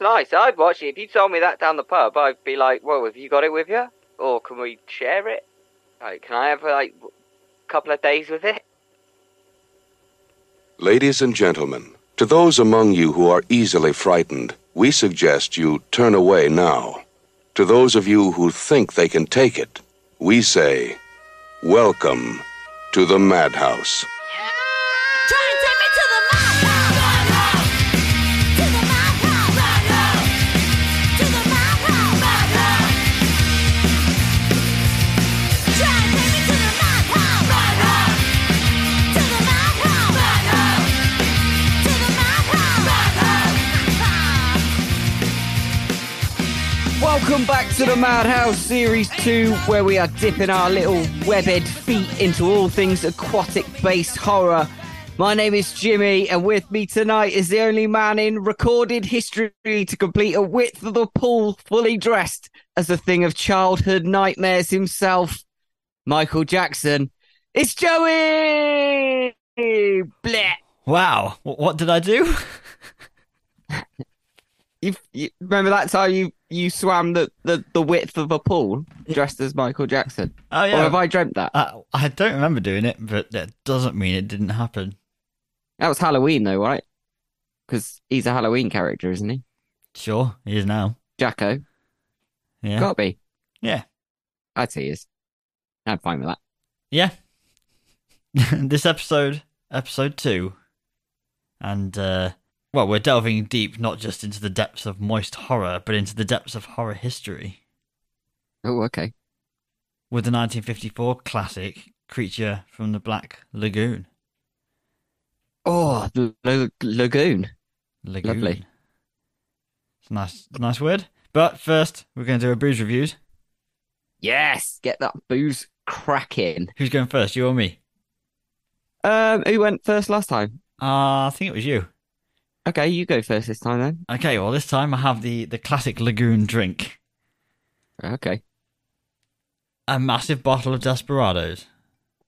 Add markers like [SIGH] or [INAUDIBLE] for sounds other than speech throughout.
nice. I'd watch it. If you told me that down the pub, I'd be like, "Whoa, have you got it with you? Or can we share it? Like, can I have like a couple of days with it?" Ladies and gentlemen, to those among you who are easily frightened, we suggest you turn away now. To those of you who think they can take it, we say, Welcome to the Madhouse. Trying to take me to the madhouse. To the madhouse. To the madhouse. Trying to take me to the madhouse. To the madhouse. To the madhouse. Welcome back to the Madhouse Series 2, where we are dipping our little webbed feet into all things aquatic based horror. My name is Jimmy, and with me tonight is the only man in recorded history to complete a width of the pool fully dressed as a thing of childhood nightmares himself, Michael Jackson. It's Joey! Blech! Wow, wh- what did I do? You, you remember that time you, you swam the, the, the width of a pool dressed as Michael Jackson? Oh Or yeah, have I dreamt that? I, I don't remember doing it, but that doesn't mean it didn't happen. That was Halloween, though, right? Because he's a Halloween character, isn't he? Sure, he is now. Jacko. Yeah, Gotta be. yeah, I'd say he is. I'm fine with that. yeah. [LAUGHS] this episode, episode two, and uh well, we're delving deep not just into the depths of moist horror, but into the depths of horror history. Oh, okay. with the 1954 classic Creature from the Black Lagoon. Oh, the la- lagoon. Lagoon. Lovely. It's a nice, nice word. But first, we're going to do a booze reviews. Yes, get that booze cracking. Who's going first, you or me? Um, who went first last time? Uh, I think it was you. Okay, you go first this time then. Okay, well, this time I have the, the classic Lagoon drink Okay. a massive bottle of Desperados.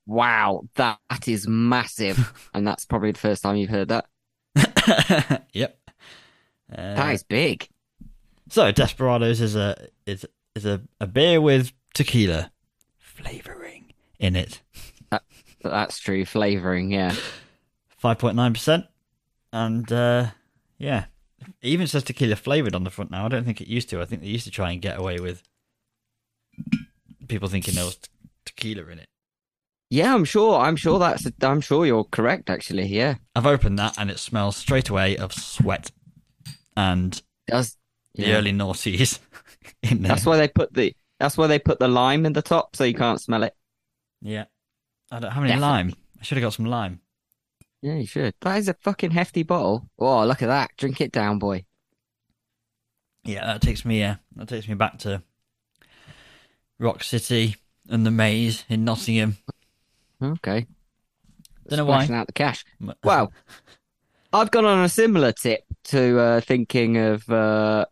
Wow, that is massive, [LAUGHS] and that's probably the first time you've heard that. yep. Uh, that is big. So Desperados is a is is a, a beer with tequila flavoring in it. But that's true. Flavoring, yeah. five point nine percent, and uh, yeah, it even says tequila flavored on the front now. I don't think it used to. I think they used to try and get away with people thinking there was te- tequila in it. Yeah, I'm sure. I'm sure that's. I'm sure you're correct. Actually, yeah. I've opened that and it smells straight away of sweat and Does yeah. the early noughties [LAUGHS] in there. That's why they put the that's why they put the lime in the top so you can't smell it. yeah, I don't have any Definitely. lime. I should have got some lime. Yeah, you should. That is a fucking hefty bottle. Oh, look at that. Drink it down, boy. Yeah, that takes me. Uh, that takes me back to Rock City and the Maze in Nottingham. Okay. Don't know why. Smashing out the cash. Well, I've gone on a similar tip to uh, thinking of uh,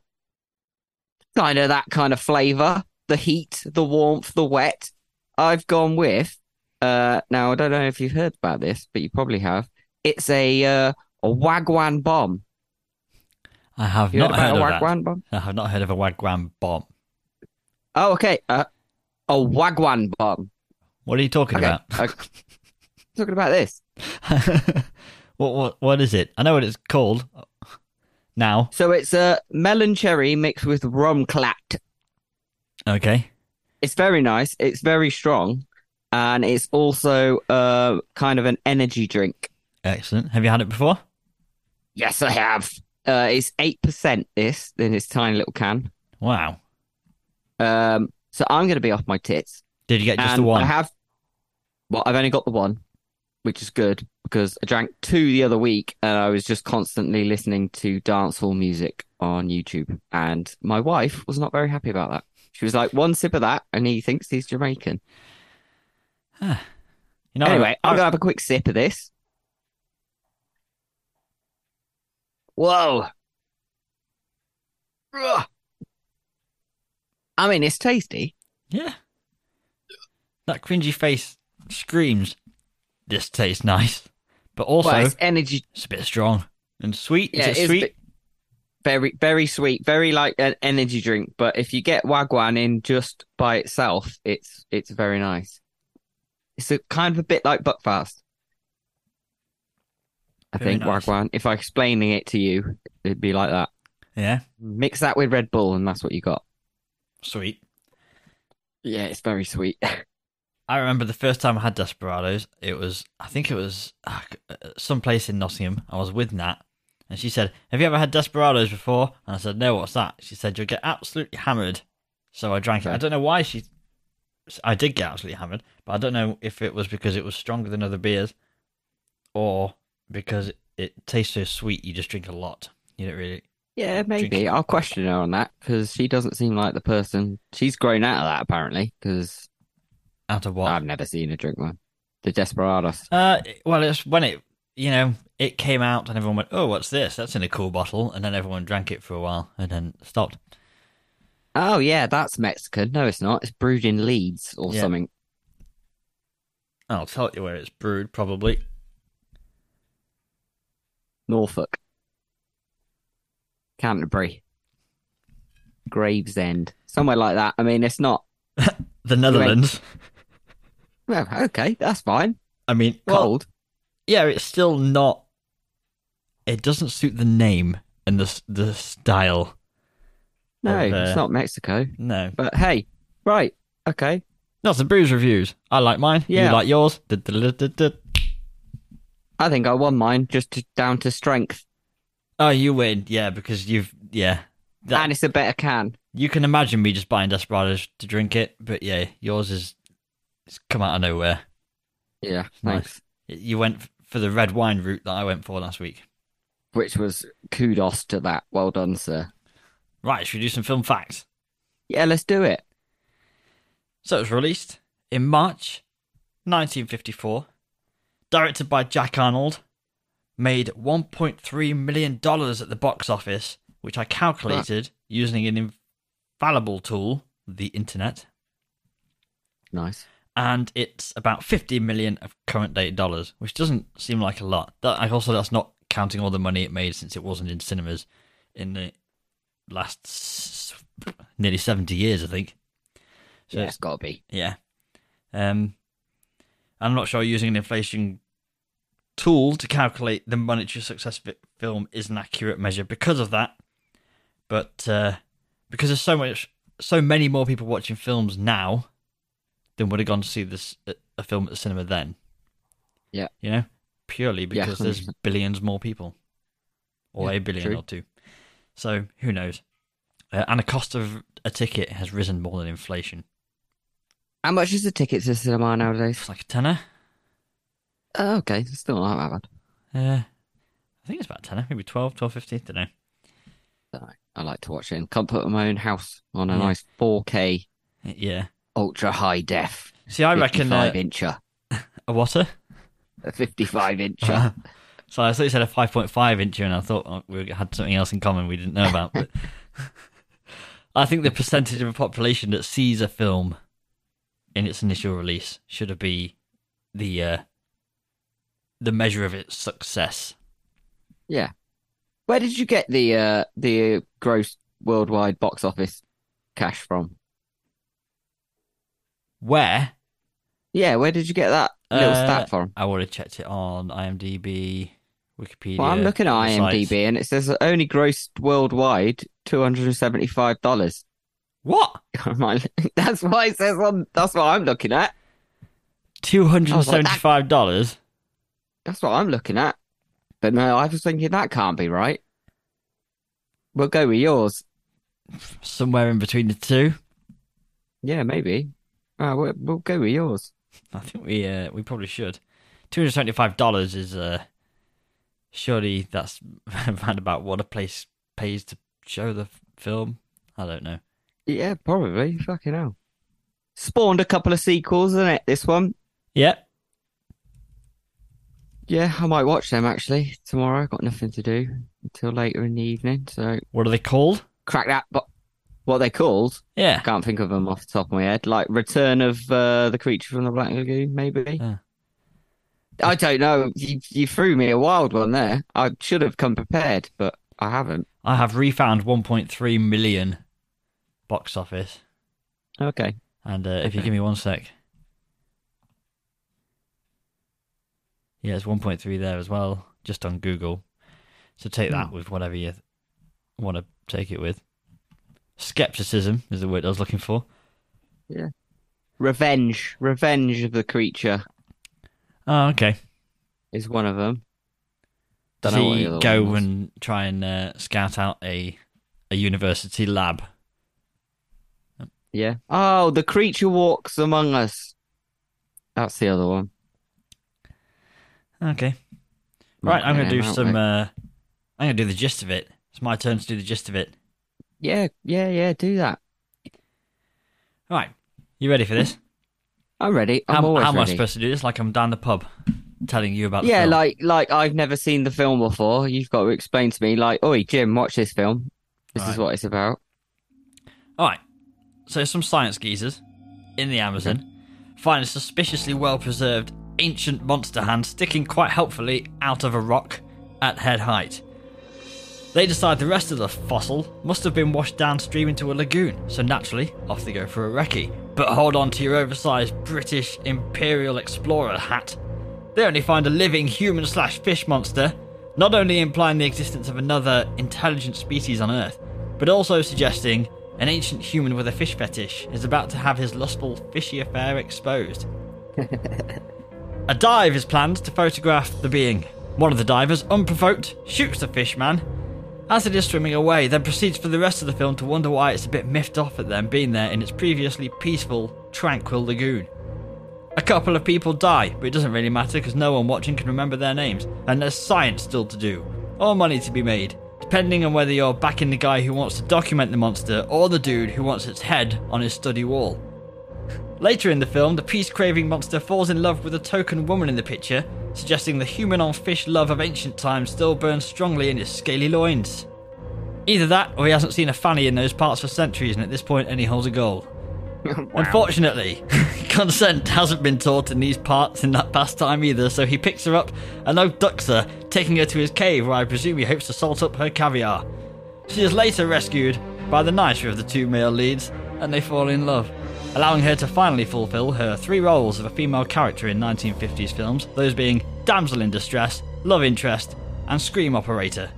kind of that kind of flavour the heat, the warmth, the wet. I've gone with, uh, now I don't know if you've heard about this, but you probably have. It's a, uh, a Wagwan bomb. I have You not heard heard, about of a that. Wagwan bomb? I have not heard of a wagwan bomb. Oh, okay. Uh, a wagwan bomb. What are you talking Okay. [LAUGHS] about? Uh, talking about this. [LAUGHS] what what what is it? I know what it's called. Now, So it's a melon cherry mixed with rum clat. okay. It's very nice. It's very strong. And it's also uh, kind of an energy drink. Excellent. Have you had it before? Yes, I have. Uh, it's 8% this in this tiny little can. Wow. Um, so I'm going to be off my tits. Did you get Uh, just and the one? I have. Well, I've only got the one, which is good because I drank two the other week, and I was just constantly listening to dancehall music on YouTube, and my wife was not very happy about that. She was like, "One sip of that, and he thinks he's Jamaican." you know, anyway, I, I'm gonna have a quick sip of this. Whoa! Ugh. I mean, it's tasty. yeah. That cringy face screams. This tastes nice, but also Well, it's it's, energy a bit strong and sweet. Yeah, it is it is a sweet? bit- very very sweet, very like an energy drink. But if you get wagwan in just by itself, it's it's very nice. It's a kind of a bit like Buckfast. I Very think nice. wagwan. If I explaining it to you, it'd be like that. Yeah. Mix that with Red Bull, and that's what you got. Sweet. Yeah, it's very sweet. [LAUGHS] I remember the first time I had Desperados, it was, I think it was uh, some place in Nottingham. I was with Nat, and she said, Have you ever had Desperados before? And I said, No, what's that? She said, You'll get absolutely hammered. So I drank it. I Okay. don't know why she. I did get absolutely hammered, but I don't know if it was because it was stronger than other beers or because it tastes so sweet, you just drink a lot. You don't really. Yeah, maybe. Drinking. I'll question her on that because she doesn't seem like the person. She's grown out of that apparently because Out of what? I've never seen her drink one. The Desperados. Uh, well, it's when it, you know, it came out and everyone went, "Oh, what's this? That's in a cool bottle," and then everyone drank it for a while and then stopped. Oh yeah, that's Mexican. No, it's not. It's brewed in Leeds or Yeah. something. I'll tell you where it's brewed, probably. Norfolk, Canterbury, Gravesend, somewhere like that. I mean, it's not. The Netherlands. Well, okay, that's fine. I mean, well, Cold. yeah, it's still not. It doesn't suit the name and the s- the style. no, of, uh, it's not Mexico. No, But hey, right, okay. not some booze reviews. I like mine. You Yeah. like yours. Duh, duh, duh, duh, duh. I think I won mine just to, down to strength, Oh, you win. Yeah, because you've yeah. That, and it's a better can. You can imagine me just buying Desperados to drink it, but yeah, yours is it's come out of nowhere. Yeah, Nice. thanks. You went f- for the red wine route that I went for last week. which was kudos to that. Well done, sir. Right, should we do some film facts? Yeah, let's do it. So it was released in March 1954, directed by Jack Arnold, made 1.3 million dollars at the box office, which I calculated using an infallible tool, the internet, Nice. and it's about 50 million of current day dollars, which doesn't seem like a lot. That I also that's not counting all the money it made since it wasn't in cinemas in the last s- nearly 70 years, I think. So yeah, it's got to be. yeah. Um, I'm not sure using an inflation tool to calculate the monetary success of a film is an accurate measure because of that. But uh, because there's so much, so many more people watching films now than would have gone to see this a film at the cinema then. Yeah. you know, purely because there's 100%. billions more people, or Yeah, a billion true. or two. So who knows? Uh, and the cost of a ticket has risen more than inflation. How much is the ticket to the cinema nowadays? It's like a tenner. Oh, okay, it's still not that bad. Uh, I think it's about 10, maybe 12, 12, 15, don't know. I like to watch it in comfort of my own house on a Yeah. nice 4K Yeah. ultra high def. See, I reckon uh, 55 incher, a water. a 55 Uh-huh. incher. So I thought you said a 5.5 inch, and I thought oh, we had something else in common we didn't know about. But [LAUGHS] I think the percentage of the population that sees a film in its initial release should be the uh, the measure of its success. yeah. Where did you get the uh, the gross worldwide box office cash from? Where Yeah, where did you get that little Uh, stat from? I would have checked it on IMDb, Wikipedia. Well, I'm looking at other IMDb sites. and it says only grossed worldwide $275. What? [LAUGHS] I'm like, [LAUGHS] that's why it says on. That's what I'm looking at. Two hundred and seventy-five dollars. That's what I'm looking at. But no, I was thinking that can't be right. We'll go with yours. somewhere in between the two. Yeah, maybe. Uh, we'll, we'll go with yours. I think we uh, we probably should. Two hundred seventy-five dollars is uh, surely that's [LAUGHS] around about what a place pays to show the f- film. I don't know. Yeah, probably. Fucking hell. Spawned a couple of sequels, isn't it? This one. Yeah, Yeah, I might watch them actually tomorrow. I've got nothing to do until later in the evening. So what are they called? crack that. But what they called? I Yeah, can't think of them off the top of my head. Like Return of uh, the Creature from the Black Lagoon, maybe. Yeah. I don't know. You, you threw me a wild one there. I should have come prepared, but I haven't. I have refound 1.3 million box office. Okay. And uh, if you give me one sec. Yeah, it's 1.3 there as well, just on Google. So take that Hmm. with whatever you want to take it with. Skepticism is the word I was looking for. Revenge. Revenge of the creature Oh, okay. is one of them. Does Dunno what the he other one go was. and try and uh, scout out a a university lab? Yeah. Oh, the creature walks among us. That's the other one. Okay. Right, I'm Okay, going to do aren't some. we? Uh, I'm going to do the gist of it. It's my turn to do the gist of it. Yeah, yeah, yeah. Do that. All right, you ready for this? I'm ready. I'm how always how am I ready. supposed to do this? Like I'm down the pub, telling you about. The yeah, film. like like I've never seen the film before. You've got to explain to me, like, oi, Jim, watch this film. This is Right. what it's about. All right. So some science geezers in the Amazon find a suspiciously well-preserved ancient monster hand sticking quite helpfully out of a rock at head height. They decide the rest of the fossil must have been washed downstream into a lagoon, so naturally, off they go for a recce. But hold on to your oversized British Imperial Explorer hat. They only find a living human slash fish monster, not only implying the existence of another intelligent species on Earth, but also suggesting an ancient human with a fish fetish is about to have his lustful fishy affair exposed. A dive is planned to photograph the being. One of the divers, unprovoked, shoots the fish man as it is swimming away, then proceeds for the rest of the film to wonder why it's a bit miffed off at them being there in its previously peaceful, tranquil lagoon. A couple of people die, but it doesn't really matter because no one watching can remember their names, and there's science still to do, or money to be made, depending on whether you're backing the guy who wants to document the monster or the dude who wants its head on his study wall. Later in the film, the peace craving monster falls in love with a token woman in the picture, suggesting the human on fish love of ancient times still burns strongly in his scaly loins. Either that, or he hasn't seen a fanny in those parts for centuries, and at this point, any holds a goal. Unfortunately, [LAUGHS] consent hasn't been taught in these parts in that past time either, so he picks her up and abducts her, taking her to his cave where I presume he hopes to salt up her caviar. She is later rescued by the nicer of the two male leads, and they fall in love, allowing her to finally fulfill her three roles of a female character in 1950s films, those being damsel in distress, love interest, and scream operator.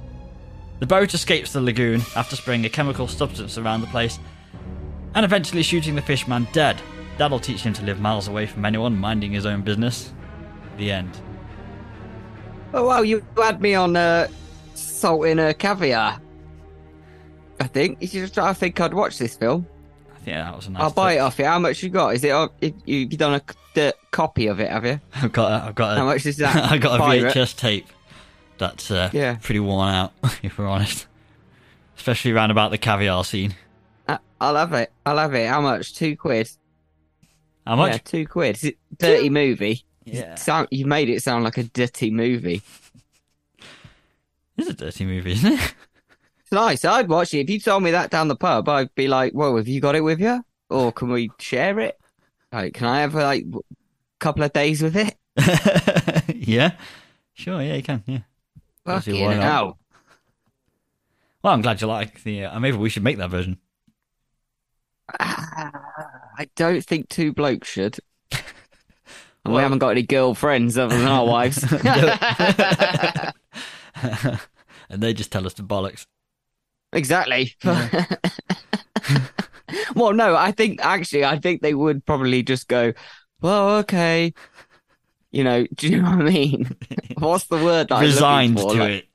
The boat escapes the lagoon after spraying a chemical substance around the place and eventually shooting the fishman dead. That'll teach him to live miles away from anyone minding his own business. The end. Oh wow, you had me on uh, salt in a caviar. I think. It's just- I think I'd watch this film. I think that was a nice. I'll buy it tip. off you. How much you got? Is it? on- If you you done a c- d- copy of it, have you? [LAUGHS] I've got. A, I've got. A, How much [LAUGHS] [LAUGHS] is that? I've got a Pirate? VHS tape. That's uh, Yeah. pretty worn out, [LAUGHS] if we're honest. Especially round about the caviar scene. I- Uh, I'll have it. I'll have it. How much? Two quid. How Yeah, much? two quid. Is it dirty movie? Yeah. Sound, you made it sound like a dirty movie. It's a dirty movie, isn't it? It's nice. I'd watch it. If you told me that down the pub, I'd be like, "Well, have you got it with you, or can we share it? Like, can I have like a couple of days with it?" [LAUGHS] yeah. Sure. Yeah, you can. Yeah. Obviously, Fucking why not? hell. Well, I'm glad you like the. Uh, maybe we should make that version. Ah, I don't think two blokes [LAUGHS] should. And we Well- haven't got any girlfriends other than [LAUGHS] our wives. and they just tell us the bollocks. exactly. [LAUGHS] well, no, I think actually, I think they would probably just go, well, okay. You know, do you know what I [LAUGHS] mean? What's the word that I'm looking Resigned for? to Like, it.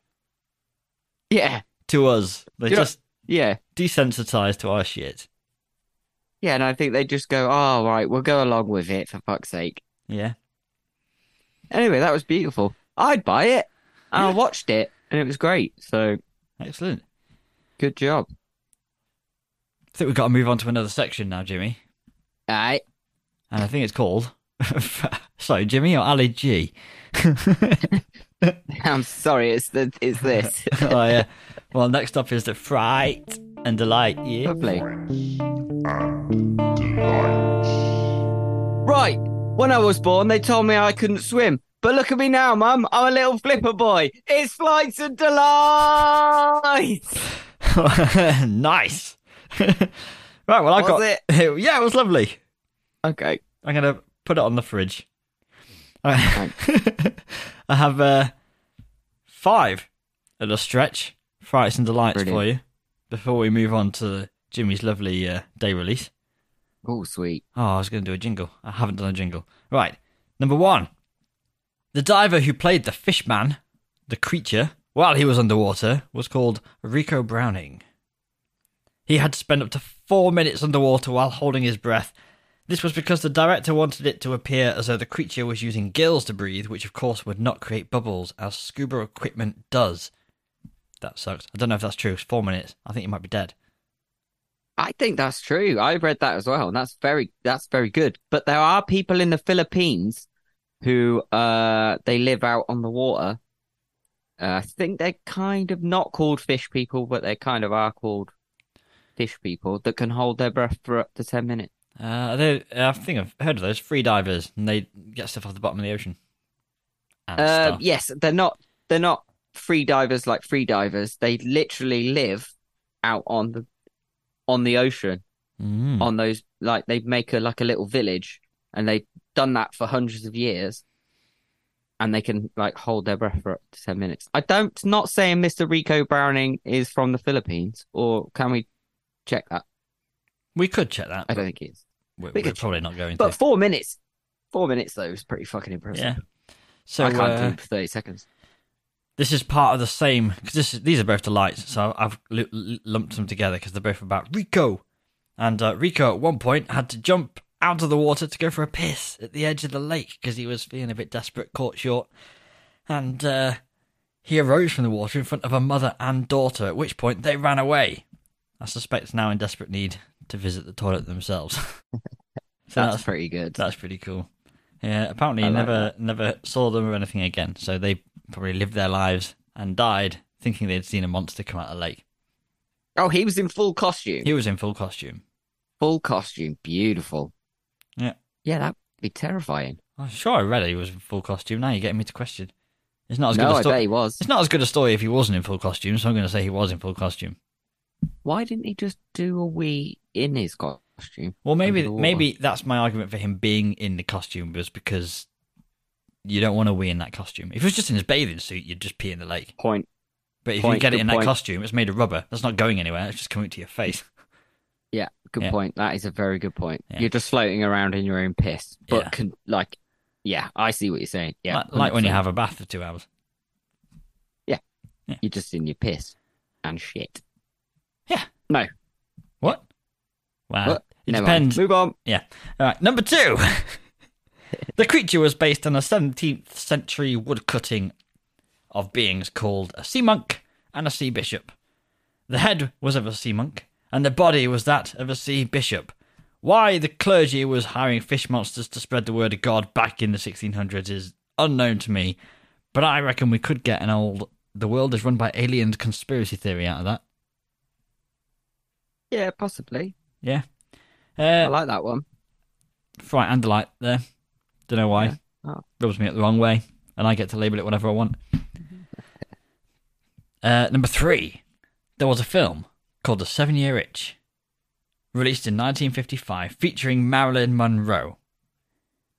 Yeah, To us. They You know- just yeah. desensitized to our shit. Yeah, and I think they just go, oh, right, we'll go along with it for fuck's sake. Yeah. Anyway, that was beautiful. I'd buy it. And I watched it, and it was great. So Excellent. good job. I think we've got to move on to another section now, Jimmy. All right. [LAUGHS] And I think it's called. [LAUGHS] Sorry, Jimmy or Ali G? [LAUGHS] I'm sorry, it's the, it's [LAUGHS] this. oh, yeah. Well, next up is the fright and delight. Yeah. Lovely. Right. When I was born, they told me I couldn't swim. But look at me now, Mum. I'm a little flipper boy. It's flights and delights. [LAUGHS] nice. [LAUGHS] right, well, I Was got [LAUGHS] Yeah, it was lovely. Okay. I'm gonna put it on the fridge. I [LAUGHS] I have uh, five at a stretch frights and delights for you Brilliant. before we move on to Jimmy's lovely uh, day release. Oh, sweet. Oh, I was going to do a jingle. I haven't done a jingle. Right. Number one. The diver who played the fishman, the creature, while he was underwater, was called Rico Browning. He had to spend up to four minutes underwater while holding his breath. This was because the director wanted it to appear as though the creature was using gills to breathe, which of course would not create bubbles, as scuba equipment does. That sucks. I don't know if that's true. It's four minutes. I think you might be dead. I think that's true. I read that as well, and that's very that's very good. But there are people in the Philippines who uh they live out on the water. Uh, I think they're kind of not called fish people, but they kind of are called fish people that can hold their breath for up to ten minutes. Uh, they, I think I've heard of those free divers, and they get stuff off the bottom of the ocean. And Uh, stuff. yes, they're not they're not free divers like free divers. They literally live out on the on the ocean. Mm. on those like they make a like a little village and they've done that for hundreds of years and they can like hold their breath for up to 10 minutes i don't not saying mr rico browning is from the philippines or can we check that we could check that. i don't think he is We're, we we're could check probably not going but to. four minutes four minutes though is pretty fucking impressive Yeah. So i can't uh, do 30 seconds this is part of the same because this is, these are both delights. So I've l- l- lumped them together because they're both about Rico. And uh, Rico at one point had to jump out of the water to go for a piss at the edge of the lake because he was feeling a bit desperate, caught short, and uh, he arose from the water in front of a mother and daughter. At which point they ran away. I suspect now in desperate need to visit the toilet themselves. [LAUGHS] so that's, pretty good that's pretty cool. Yeah, apparently I you like never never saw them or anything again. So they probably lived their lives and died thinking they'd seen a monster come out of the lake. oh he was in full costume He was in full costume. full costume beautiful Yeah. yeah that'd be terrifying I'm sure I read he was in full costume. Now you're getting me to question. It's not as no good a i story. bet he was It's not as good a story if he wasn't in full costume, so I'm gonna say he was in full costume. why didn't he just do a wee in his costume? Well maybe Under the water. maybe that's my argument for him being in the costume was because you don't want to wee in that costume. If it was just in his bathing suit, you'd just pee in the lake. Point. But if you Point, get it good in that point. costume, it's made of rubber. That's not going anywhere, it's just coming to your face. Yeah, good Yeah. point. That is a very good point. Yeah. You're just floating around in your own piss, but Yeah. can, like, yeah, I see what you're saying. Yeah, like, like when you 100%. have a bath for two hours. you're just in your piss and shit. Yeah. No. What? Wow. Well, Uh, It never mind. depends. Move on. Yeah. All right. Number two. [LAUGHS] the creature was based on a 17th century woodcutting of beings called a sea monk and a sea bishop. The head was of a sea monk, and the body was that of a sea bishop. Why the clergy was hiring fish monsters to spread the word of God back in the 1600s is unknown to me, but I reckon we could get an old "the world is run by aliens" conspiracy theory out of that. Yeah, possibly. Yeah. I Uh, like that one. fright and delight there. Don't know why. Yeah. Oh. Rubs me up the wrong way, and I get to label it whatever [LAUGHS] I want. uh, number three, there was a film called The Seven Year Itch, released in 1955, featuring Marilyn Monroe.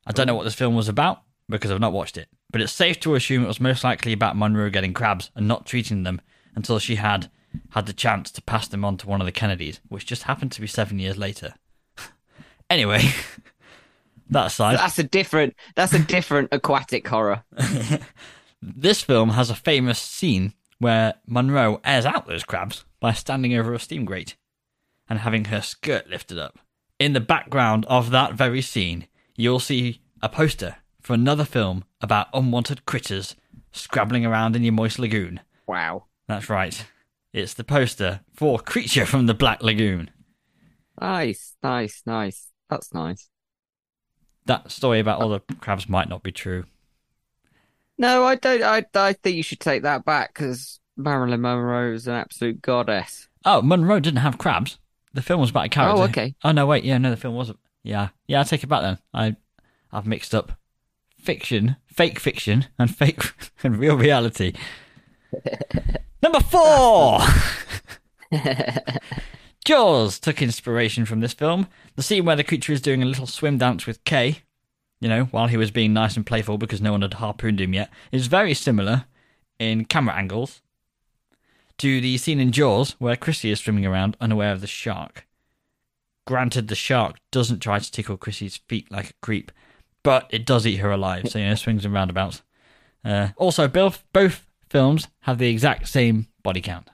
I don't know what this film was about because I've not watched it, but it's safe to assume it was most likely about Monroe getting crabs and not treating them until she had had the chance to pass them on to one of the Kennedys, which just happened to be seven years later. [LAUGHS] anyway, [LAUGHS] that aside, That's a different. That's a different [LAUGHS] aquatic horror. this film has a famous scene where Monroe airs out those crabs by standing over a steam grate and having her skirt lifted up. In the background of that very scene, you'll see a poster for another film about unwanted critters scrabbling around in your moist lagoon. Wow. That's right. It's the poster for Creature from the Black Lagoon. Nice, nice, nice. That's nice. That story about all the crabs might not be true. No, I don't. I I think you should take that back because Marilyn Monroe is an absolute goddess. Oh, Monroe didn't have crabs. The film was about a character. Oh, okay. Oh no, wait. Yeah, no, the film wasn't. Yeah, yeah. I take it back then. I, I've mixed up fiction, fake fiction, and fake [LAUGHS] and real [LAUGHS] reality. Number four. [LAUGHS] Jaws took inspiration from this film. The scene where the creature is doing a little swim dance with Kay, you know, while he was being nice and playful because no one had harpooned him yet, is very similar in camera angles to the scene in Jaws where Chrissy is swimming around unaware of the shark. Granted, the shark doesn't try to tickle Chrissy's feet like a creep, but it does eat her alive, so, you know, swings and roundabouts. Uh, also, both, both films have the exact same body count.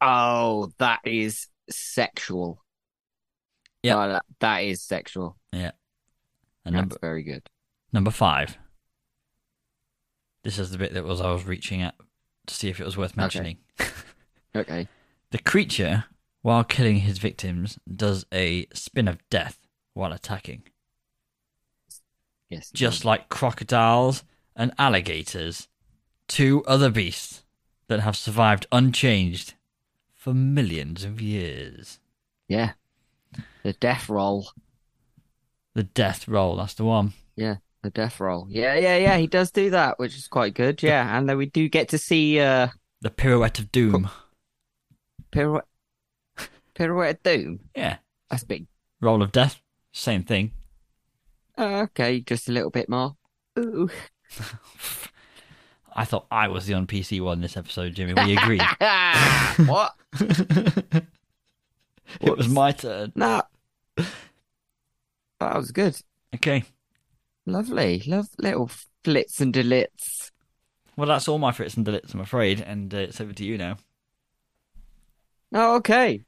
Oh, that is sexual. Yeah. Oh, that, that is sexual. Yeah. And That's number, very good. number five. This is the bit that was I was reaching at to see if it was worth mentioning. Okay. The creature, while killing his victims, does a spin of death while attacking. Yes. just like crocodiles and alligators, two other beasts that have survived unchanged for millions of years. Yeah. The death roll. The death roll, that's the one. Yeah. The death roll. Yeah, yeah, yeah. He does do that, which is quite good. Yeah. And then we do get to see uh The pirouette of doom. pirouette [LAUGHS] Pirouette of Doom. Yeah. That's big. Roll of death, same thing. Uh, okay, just a little bit more. Ooh. I thought I was the on PC one this episode, Jimmy. [LAUGHS] We agreed. [LAUGHS] [LAUGHS] what? it was my turn. No. That was good. Okay. Lovely. Love little flits and delits. Well, that's all my frits and delits, I'm afraid. And uh, it's over to you now. Oh, okay.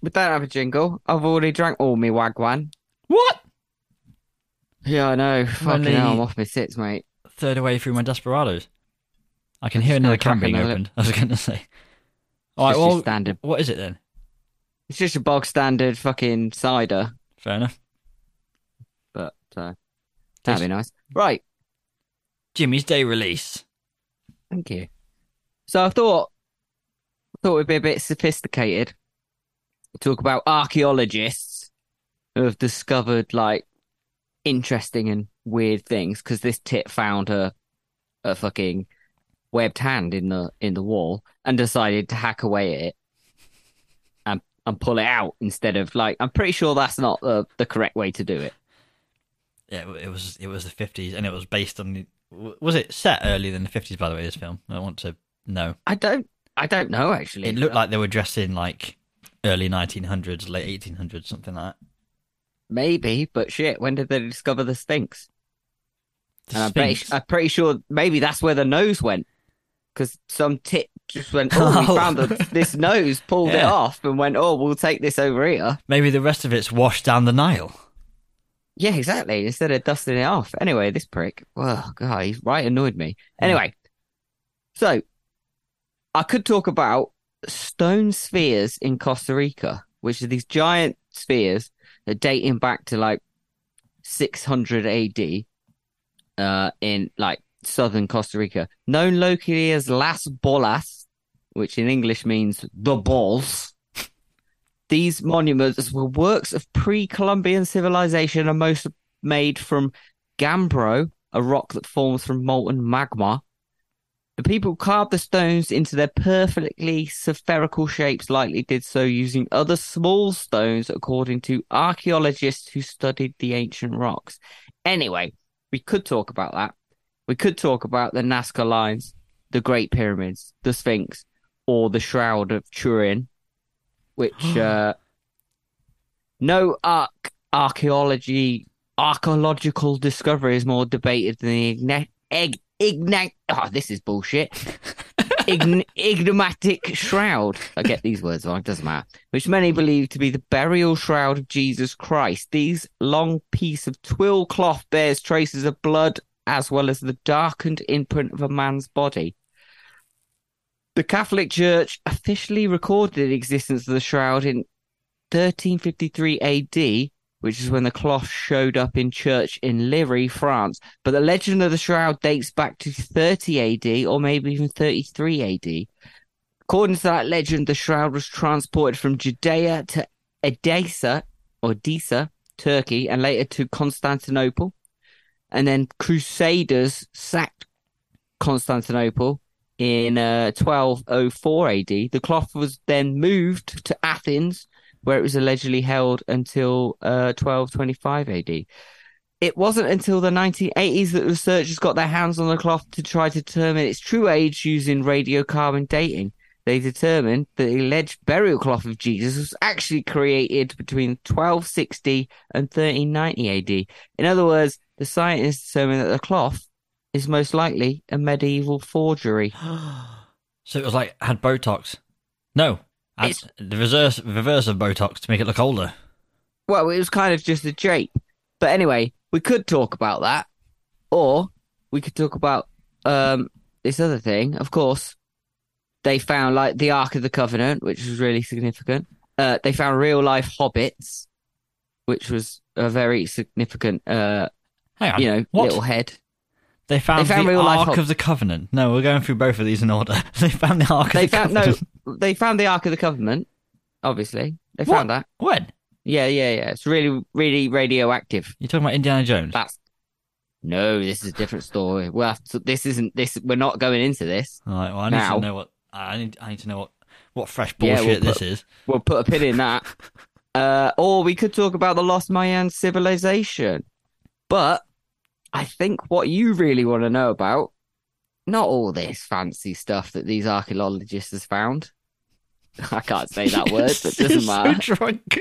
We don't have a jingle. I've already drank all me wagwan. What? Yeah, I know. Fucking Only- hell, I'm off my sits, mate. third away through my Desperados. I can Just hear gonna another can crack being another- opened. [LAUGHS] I was going to say. All right, just your well, standard. what is it then? It's just a bog standard fucking cider, Fair enough. but uh, Tastes- that'd be nice. Right. Jimmy's Day release. Thank you. So I thought, I thought we'd be a bit sophisticated. Talk about archaeologists who have discovered like interesting and weird things because this tit found a a fucking webbed hand in the in the wall and decided to hack away at it and and pull it out instead of like I'm pretty sure that's not the the correct way to do it. Yeah, it was it was the fifties, and it was based on. The, was it set earlier than the fifties? By the way, this film. I want to know. I don't I don't know actually. It looked like they were dressed in like early nineteen hundreds, late eighteen hundreds, something like that. maybe, but shit, when did they discover the stinks? The And I'm pretty, Sphinx. I'm pretty sure maybe that's where the nose went. Because some tit just went, oh, we [LAUGHS] Oh. found that this nose, pulled it Yeah. off, and went, oh, we'll take this over here. Maybe the rest of it's washed down the Nile. [GASPS] Yeah, exactly. Instead of dusting it off. Anyway, this prick, oh, God, he's right annoyed me. Anyway, so I could talk about stone spheres in Costa Rica, which are these giant spheres that dating back to like 600 AD uh, in like southern Costa Rica, known locally as Las Bolas, which in English means the balls. These monuments were works of pre Columbian civilization and most made from gambro, a rock that forms from molten magma. The people carved the stones into their perfectly spherical shapes, likely did so using other small stones, according to archaeologists who studied the ancient rocks. Anyway, we could talk about that. We could talk about the Nazca lines, the Great Pyramids, the Sphinx, or the Shroud of Turin, which uh, no arch- archaeology archaeological discovery is more debated than the igna- egg igna- oh, this is bullshit. Ign- ignomatic shroud. I get these words wrong, doesn't matter. Which many believe to be the burial shroud of Jesus Christ. These long piece of twill cloth bears traces of blood as well as the darkened imprint of a man's body. The Catholic Church officially recorded the existence of the shroud in 1353 AD, which is when the cloth showed up in church in Liry, France. But the legend of the shroud dates back to 30 AD or maybe even 33 AD. According to that legend, the shroud was transported from Judea to Edessa or Disa, Turkey, and later to Constantinople. and then Crusaders sacked Constantinople in uh, 1204 AD. The cloth was then moved to Athens, where it was allegedly held until uh, 1225 AD. It wasn't until the 1980s that researchers got their hands on the cloth to try to determine its true age using radiocarbon dating. They determined that the alleged burial cloth of Jesus was actually created between 1260 and 1390 AD. In other words, the scientists determined that the cloth is most likely a medieval forgery. So it was like had Botox. No, had It's- the reverse reverse of Botox to make it look older. Well, it was kind of just a drape. But anyway, we could talk about that, or we could talk about um, this other thing. Of course, they found like the Ark of the Covenant, which was really significant. Uh, they found real life hobbits, which was a very significant, uh, Hang on, you know, what? little head. They found, They found the real-life Ark hob- of the Covenant. No, we're going through both of these in order. [LAUGHS] they found the Ark They of the found no, Covenant. [LAUGHS] [LAUGHS] they found the Ark of the Covenant. Obviously, they found that. When? Yeah, yeah, yeah. It's really, really radioactive. You're talking about Indiana Jones? That's no. This is a different story. Well, have to- this isn't this. We're not going into this. All right. Well, I need Now. to know what I need. I need to know what what fresh Yeah, bullshit we'll this is. We'll put a pin in that. uh, or we could talk about the lost Mayan civilization. But I think what you really want to know about, not all this fancy stuff that these archaeologists has found. [LAUGHS] I can't say [LAUGHS] that word, but it [LAUGHS] You're doesn't matter. [LAUGHS] So drunk.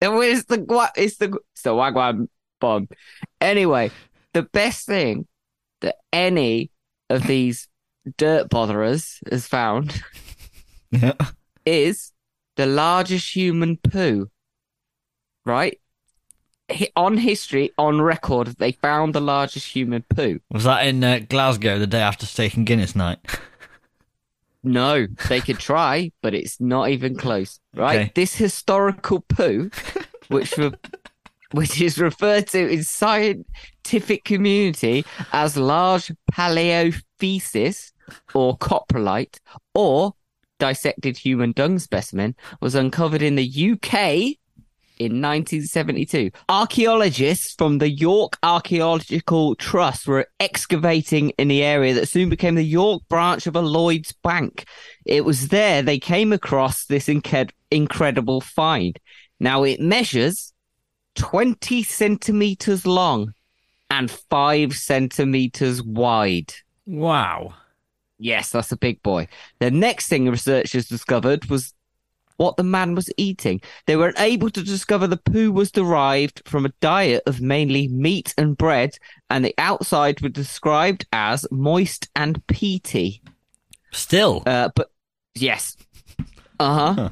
Then It's the gua- it's the it's the wagwan bomb. Anyway, the best thing that any of these dirt botherers has found yeah. is the largest human poo. Right? Hi- On history, on record, they found the largest human poo. Was that in uh, Glasgow the day after Steak and Guinness night? No, they could try, but it's not even close. Right? Okay. This historical poo, which re- which is referred to in scientific community as large paleophysis or coprolite or dissected human dung specimen, was uncovered in the UK in 1972. Archaeologists from the York Archaeological Trust were excavating in the area that soon became the York branch of a Lloyd's Bank. It was there they came across this incred- incredible find. Now it measures 20 centimeters long and 5 centimeters wide. Wow. Yes, that's a big boy. The next thing researchers discovered was what the man was eating. They were able to discover the poo was derived from a diet of mainly meat and bread, and the outside was described as moist and peaty. Still. Uh, but yes, uh huh, Huh.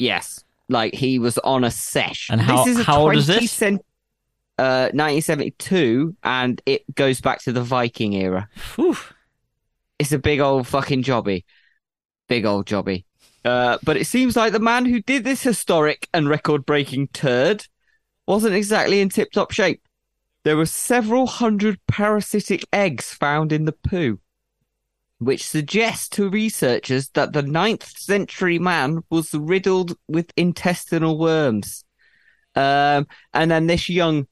yes, like he was on a sesh. And how- this is a how old is 20 this? cent- uh, 1972, and it goes back to the Viking era. Whew. It's a big old fucking jobby. Big old jobby. Uh, but it seems like the man who did this historic and record breaking turd wasn't exactly in tip top shape. There were several hundred parasitic eggs found in the poo, which suggests to researchers that the ninth century man was riddled with intestinal worms. Um, and then this young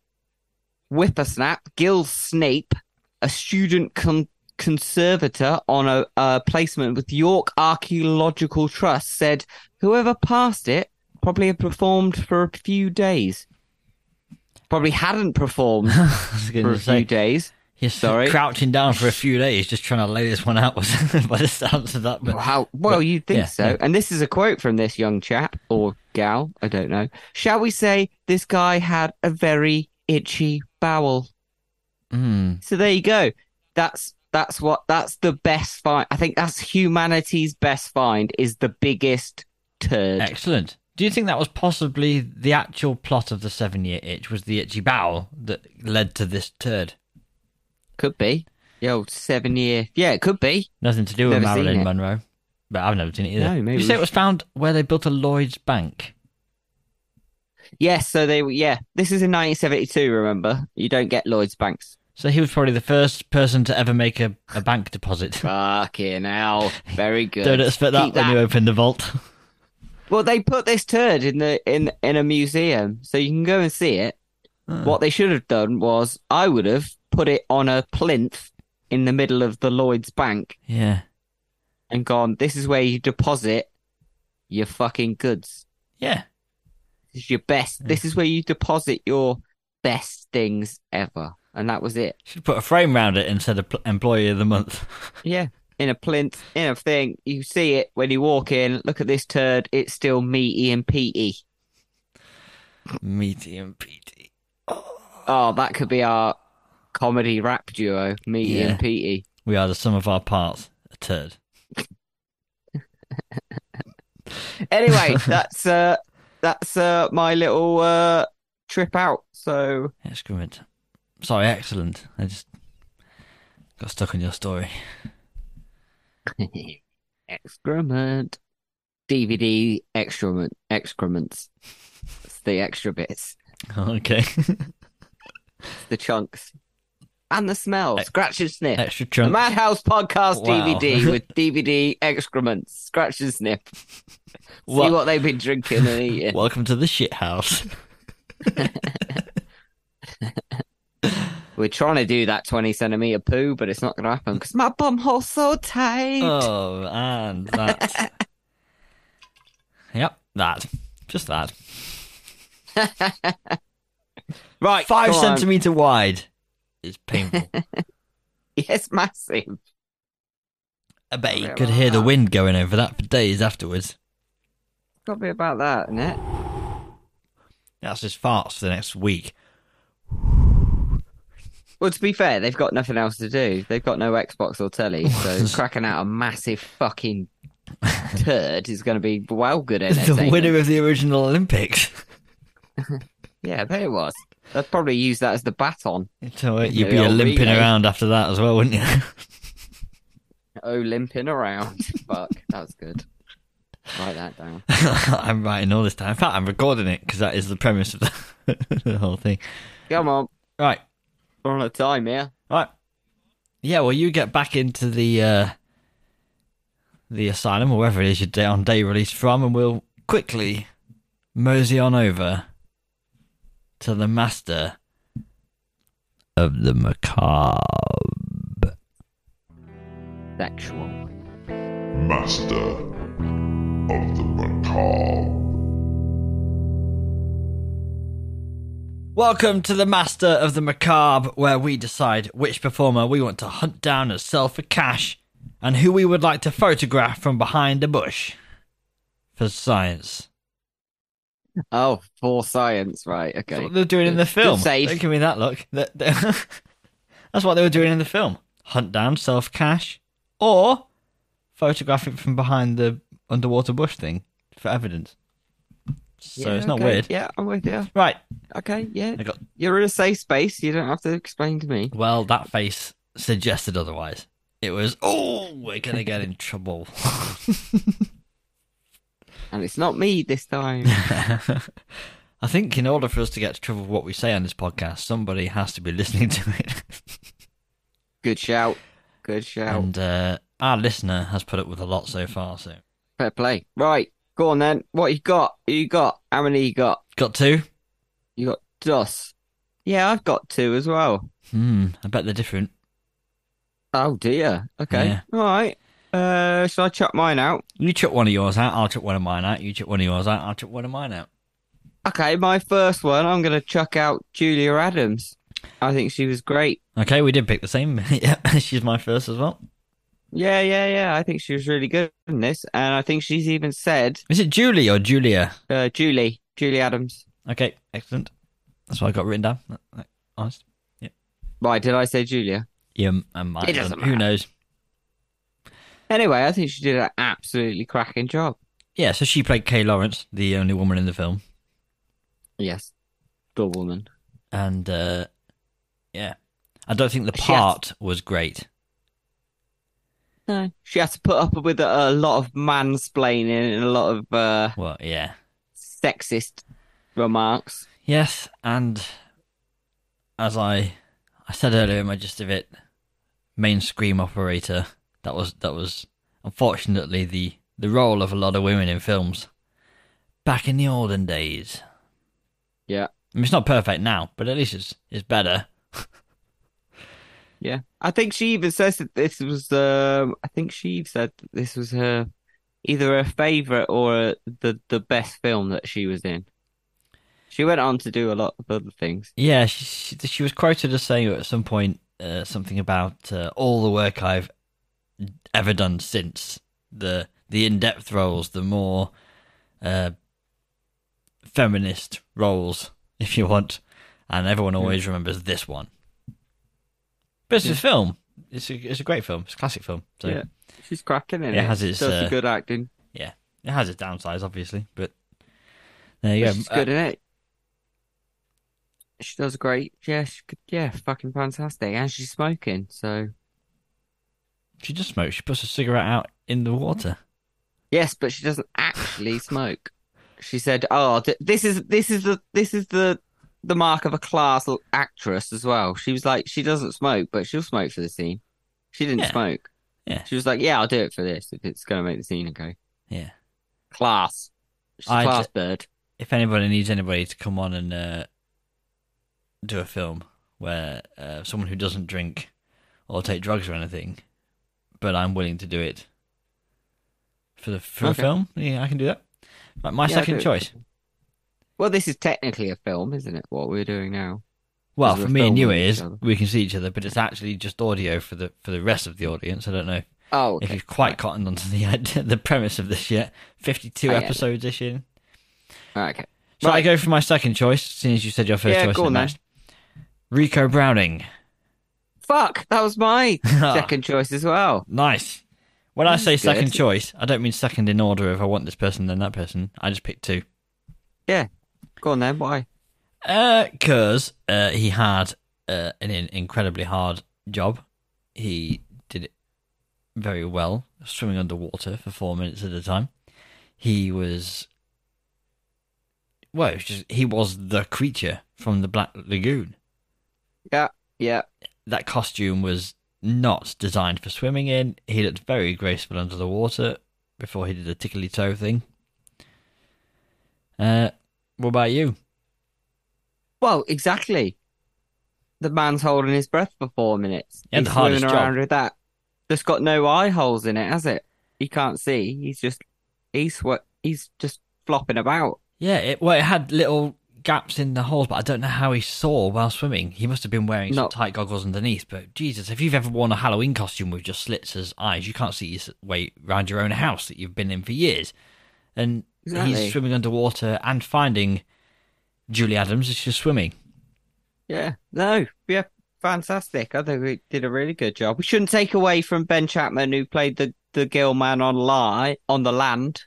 whippersnap, Gil Snape, a student con- conservator on a, a placement with York Archaeological Trust, said whoever passed it probably had performed for a few days. Probably hadn't performed [LAUGHS] I was for going a to few say. days. He's Sorry. crouching down for a few days, just trying to lay this one out. [LAUGHS] was- by the sounds of that, but How well but- you think yeah, so? no. And this is a quote from this young chap or gal, I don't know. Shall we say this guy had a very itchy bowel? Mm. So there you go. That's that's what that's the best find. I think that's humanity's best find is the biggest turd. Excellent. Do you think that was possibly the actual plot of the Seven Year Itch? Was the itchy bowel that led to this turd? Could be. The old seven year. Yeah, it could be. Nothing to do with Never seen Marilyn it. Monroe. But I've never seen it either. No, maybe we you say it was found where they built a Lloyd's Bank. Yes, so they yeah. This is in 1972. Remember, you don't get Lloyd's banks. So he was probably the first person to ever make a, a bank deposit. Fucking hell! Very good. [LAUGHS] Don't expect that, Keep when you open the vault. Well, they put this turd in the in in a museum, so you can go and see it. Ah. What they should have done was I would have put it on a plinth in the middle of the Lloyd's Bank Yeah. and gone, this is where you deposit your fucking goods. Yeah. This is your best. This is where you deposit your best things ever. And that was it. Should put a frame around it instead of pl- employee of [LAUGHS] the month. Yeah. In a plinth, in a thing. You see it when you walk in. Look at this turd. It's still meaty and peaty. Meaty and Petey. Oh, that could be our comedy rap duo, Meaty Yeah. and Peaty. We are the sum of our parts. A turd. Anyway, that's uh that's uh my little uh trip out. [LAUGHS] So Excrement. Sorry, excellent. I just got stuck on your story. [LAUGHS] excrement. DVD excrement excrements. It's the extra bits. [LAUGHS] okay. It's the chunks. And the smell. Scratch and sniff. Extra The chunk. Madhouse Podcast Wow. [LAUGHS] DVD with DVD excrements. Scratch and sniff. Wha- See what they've been drinking [LAUGHS] and eating. Welcome to the shit house. We're trying to do that 20 centimeter poo, but it's not going to happen because my bum hole's so tight. oh, [LAUGHS] and that. yep, that. Just that. right. Five go on. centimeter wide. It's [LAUGHS] painful. Yes, massive. I bet you Something could like hear the that. wind going over that for days afterwards. Got to be about that, isn't it? That's just farts for the next week. Well, to be fair, they've got nothing else to do. They've got no Xbox or telly, so cracking out a massive [LAUGHS] fucking turd is going to be well good the entertainment. winner of the original Olympics. Yeah, I bet it was. They'd probably use that as the baton. So uh, you'd be Yeah, a limping relay. around after that as well, wouldn't you? Oh, limping around. Fuck, that was good. Write that down. [LAUGHS] I'm writing all this time. In fact, I'm recording it because that is the premise of the, [LAUGHS] the whole thing. Come on, Right, we're on a time here. right. Yeah, well, you get back into the uh, the asylum or wherever it is you're day on day release from, and we'll quickly mosey on over to the master of the macabre. Sexual. Master of the Macabre. Welcome to the Master of the Macabre, where we decide which performer we want to hunt down and sell for cash, and who we would like to photograph from behind a bush for science. Oh, for science, right? That's Okay. what they're doing in the film. Good save. Don't give me that look. That- that- [LAUGHS] That's what they were doing in the film: hunt down, sell for cash, or photograph it from behind the underwater bush thing for evidence. So Yeah, it's not okay. weird, Yeah, I'm with you. right? Okay, yeah. I got You're in a safe space. You don't have to explain to me. Well, that face suggested otherwise. It was, oh, we're going to get in trouble. [LAUGHS] And it's not me this [LAUGHS] time. I think in order for us to get to trouble with what we say on this podcast, somebody has to be [LAUGHS] listening to it. Good shout. Good shout. And uh, our listener has put up with a lot so far. So, Fair play. Right. Go on then. What you got? Who You got? How many you got? got two? You got DOS. Yeah, I've got two as well. Hmm, I bet they're different. Oh dear. Okay. Yeah. All right. Uh, shall I chuck mine out? You chuck one of yours out, I'll chuck one of mine out. You chuck one of yours out, I'll chuck one of mine out. Okay, my first one. I'm gonna chuck out Julia Adams. I think she was great. Okay, we did pick the same. [LAUGHS] yeah, she's my first as well. Yeah, yeah, yeah. I think she was really good in this, and I think she's even said, Is it Julie or Julia? uh, "Julie, Julie Adams." Okay, excellent. That's what I got written down. Honest. Why did I say Julia? Yeah, m- I might. It have doesn't done. Who matter. knows? Anyway, I think she did an absolutely cracking job. Yeah, so she played Kay Lawrence, the only woman in the film, Yes, the woman. and uh, yeah, I don't think the She has- part was great. No. She had to put up with a lot of mansplaining and a lot of uh, Well, yeah, sexist remarks. yes, and as I I said earlier in my gist of it, main scream operator. That was that was unfortunately the the role of a lot of women in films back in the olden days. Yeah. I mean, it's not perfect now, but at least it's it's better. Yeah, I think she even says that this was. Um, I think she even said that this was her, either her favorite or uh, the the best film that she was in. She went on to do a lot of other things. Yeah, she she, she was quoted as saying at some point uh, something about uh, all the work I've ever done since the the in depth roles, the more uh, feminist roles, [LAUGHS] if you want, and everyone always remembers this one. But it's a film. It's a it's a great film. It's a classic film. So yeah, she's cracking in It it. has its, Does uh, some good acting. yeah, it has its downsides, obviously, but there you Yeah, go. she's Uh, good in it. She does great. Yeah, she could, yeah, fucking fantastic. And she's smoking, so She just smokes. She puts a cigarette out in the water. yes, but she doesn't actually smoke. She said, "Oh, th- this is this is the this is the the mark of a class l- actress as well." She was like, she doesn't smoke, but she'll smoke for the scene. She didn't Yeah. smoke. Yeah. She was like, "Yeah, I'll do it for this if it's gonna make the scene okay." Yeah. Class. She's a I class ju- bird. If anybody needs anybody to come on and uh, do a film where uh, someone who doesn't drink or take drugs or anything, but I'm willing to do it for the for Okay. a film, yeah, I can do that. My, my Yeah, do second it. choice. Well, this is technically a film, isn't it? What we're doing now. Well, Because for we're me and you, filming it each is. other. We can see each other, but it's actually just audio for the for the rest of the audience. I don't know Oh, if you've quite cottoned onto the idea- [LAUGHS] the premise of this yet. Fifty-two I haven't. episodes this year. okay. So I Right. go for my second choice, seeing as you said your first Yeah, choice. go and on then. next. Rico Browning. Fuck, that was [LAUGHS] my second choice as well. Nice. When I say second good. choice, I don't mean second in order of I want this person then that person. I just picked two. Yeah. Go on then, why? Because uh, he had uh, an in- incredibly hard job. He did it very well, swimming underwater for four minutes at a time. He was. Well, it was just, he was the creature from the Black Lagoon. Yeah, yeah. that costume was not designed for swimming in. He looked very graceful under the water before he did the tickly toe thing. Uh, what about you? Well, exactly. The man's holding his breath for four minutes. Yeah, the He's hardest swimming job. around with that. Just got no eye holes in it, has it? He can't see. He's just he's what he's just flopping about. Yeah, it, well, it had little gaps in the holes, but I don't know how he saw while swimming. He must have been wearing some No. tight goggles underneath. But Jesus, if you've ever worn a Halloween costume with just slits as eyes, you can't see your s- way round your own house that you've been in for years. And Exactly. he's swimming underwater and finding Julie Adams as she's swimming. Yeah. No. Yeah. Fantastic. I think we did a really good job. We shouldn't take away from Ben Chapman who played the, the gill man on lie on the land.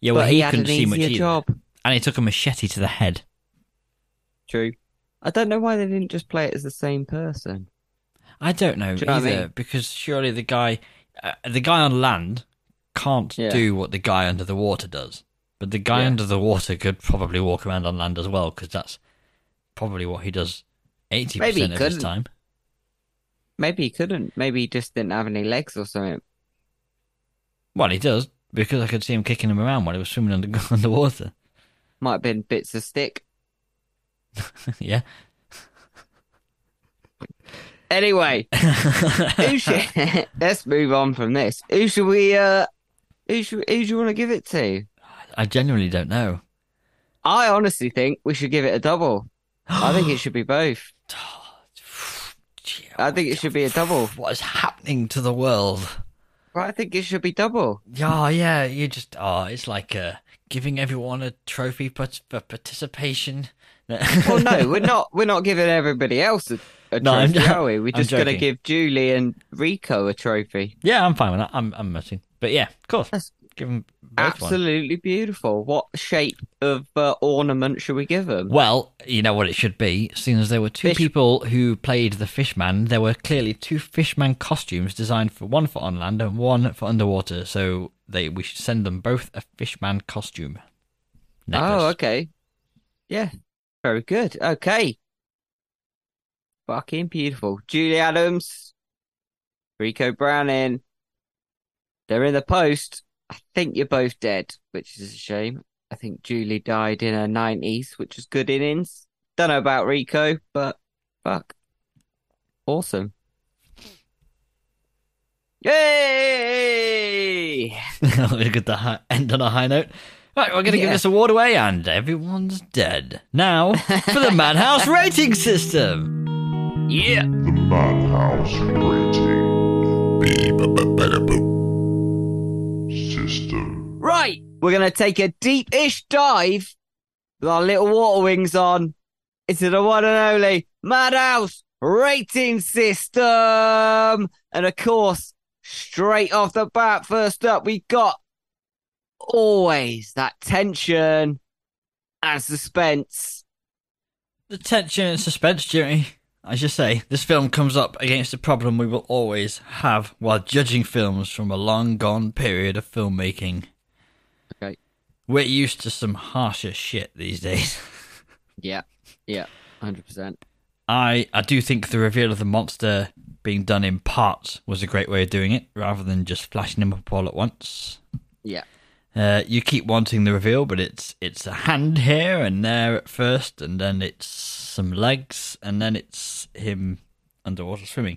Yeah, but well, he, he, had couldn't an see much easier either. job. And he took a machete to the head. True. I don't know why they didn't just play it as the same person. I don't know Do you know what either, I mean? because surely the guy, uh, the guy on land, can't Yeah. do what the guy under the water does. But the guy Yeah. under the water could probably walk around on land as well, because that's probably what he does eighty Maybe he percent of his couldn't. time. Maybe he couldn't. Maybe he just didn't have any legs or something. Well, he does because I could see him kicking him around while he was swimming under [LAUGHS] underwater. Might have been bits of stick. yeah. Anyway, [LAUGHS] who should... [LAUGHS] let's move on from this. Who should we? Uh, who should? Who do you want to give it to? I genuinely don't know. [SIGHS] I honestly think we should give it a double. I think [GASPS] it should be both. I think it should be a double. What is happening to the world? But I think it should be double. Yeah, yeah, you just oh, it's like uh, giving everyone a trophy pat- for participation. Well, no, we're not. We're not giving everybody else a, a No, I'm- trophy, are we? We're I'm just going to joking. give Julie and Rico a trophy. [LAUGHS] yeah, I'm fine with that. I'm I'm messing, but yeah, of course, That's give them Absolutely beautiful. What shape of uh, ornament should we give them? Well, you know what it should be. Seeing as there were two Fish- people who played the fishman, there were clearly two fishman costumes designed for one for on land and one for underwater. So they we should send them both a fishman costume. Necklace. Oh, okay. Yeah, very good. Okay. Fucking beautiful. Julie Adams, Rico Browning. They're in the post. I think you're both dead, which is a shame. I think Julie died in her 90s, which is good innings. Don't know about Rico, but fuck. Awesome. Yay! [LAUGHS] Look at the hi- end on a high note. Right, we're going to give Yeah. this award away, and everyone's dead. Now [LAUGHS] for the Madhouse rating system. Yeah! The Madhouse Rating System. Right, we're going to take a deep ish dive with our little water wings on into the one and only Madhouse rating system. And of course, straight off the bat, first up, we got always that tension and suspense. The tension and suspense, Jimmy. As you say, this film comes up against a problem we will always have while judging films from a long gone period of filmmaking. Okay. We're used to some harsher shit these days. [LAUGHS] Yeah, yeah, 100%. I I do think the reveal of the monster being done in parts was a great way of doing it, rather than just flashing him up all at once. Yeah. Uh, you keep wanting the reveal, but it's it's a hand here and there at first, and then it's some legs, and then it's him underwater swimming.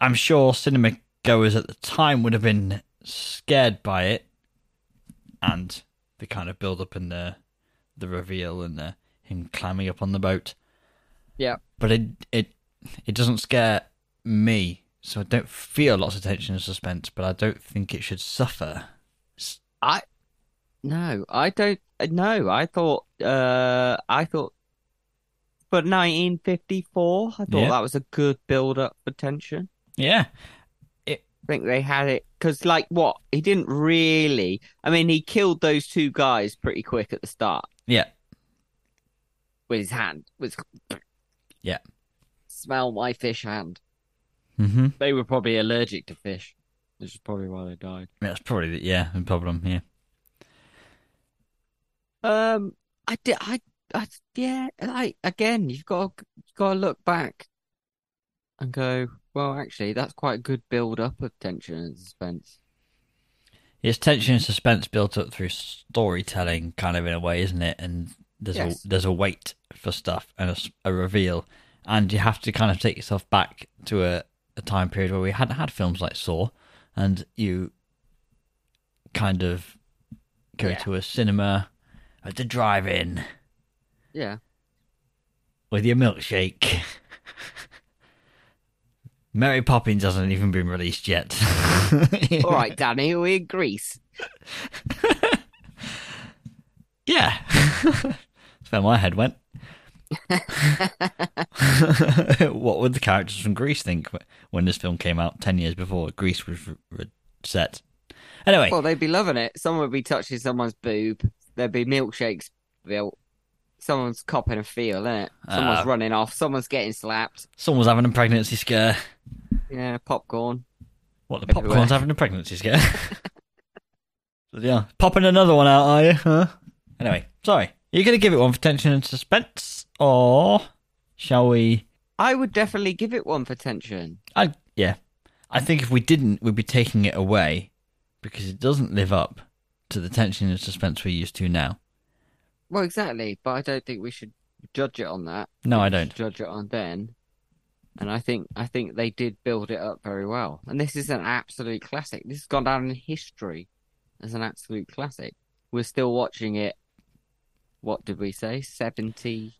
I'm sure cinema goers at the time would have been scared by it, and the kind of build up and the the reveal and the, him climbing up on the boat Yeah. but it it it doesn't scare me, so I don't feel lots of tension and suspense. But I don't think it should suffer. I no, I don't. uh, No, I thought. Uh, I thought. But 1954, I thought Yeah. that was a good build-up for tension. Yeah, I think they had it because, like, what he didn't really. I mean, he killed those two guys pretty quick at the start yeah, with his hand. With Yeah. smell my fish hand. mm-hmm. They were probably allergic to fish, which is probably why they died. that's probably the, yeah the problem. Yeah, Um, I did. I, I, yeah. Like again, you've got to, you've got to look back and go. Well, actually, that's quite a good build up of tension and suspense. it's tension and suspense built up through storytelling, kind of in a way, isn't it? And there's Yes. a there's a wait for stuff and a s- a, reveal, and you have to kind of take yourself back to a, a time period where we hadn't had films like Saw, and you kind of go Yeah. to a cinema at the drive-in Yeah, with your milkshake. [LAUGHS] Mary Poppins hasn't even been released yet. [LAUGHS] all right, Danny, we in Greece. Yeah. [LAUGHS] That's where my head went. what would the characters from Greece think wh- when this film came out 10 years before Greece was re- re- set? Anyway, Well, they'd be loving it. Someone would be touching someone's boob. There'd be milkshakes built. Someone's copping a feel, innit? Someone's Uh, running off. Someone's getting slapped. someone's having a pregnancy scare. Yeah, popcorn. What, the Everywhere. popcorn's having a pregnancy scare? [LAUGHS] But yeah, popping another one out, are you? Huh? Anyway, sorry. You're going to give it one for tension and suspense, or shall we? I would definitely give it one for tension. I yeah. I think if we didn't, we'd be taking it away because it doesn't live up to the tension and suspense we're used to now. Well, exactly, but I don't think we should judge it on that. No, I We should don't. judge it on then. And I think I think they did build it up very well. And this is an absolute classic. This has gone down in history as an absolute classic. We're still watching it. What did we say? 70,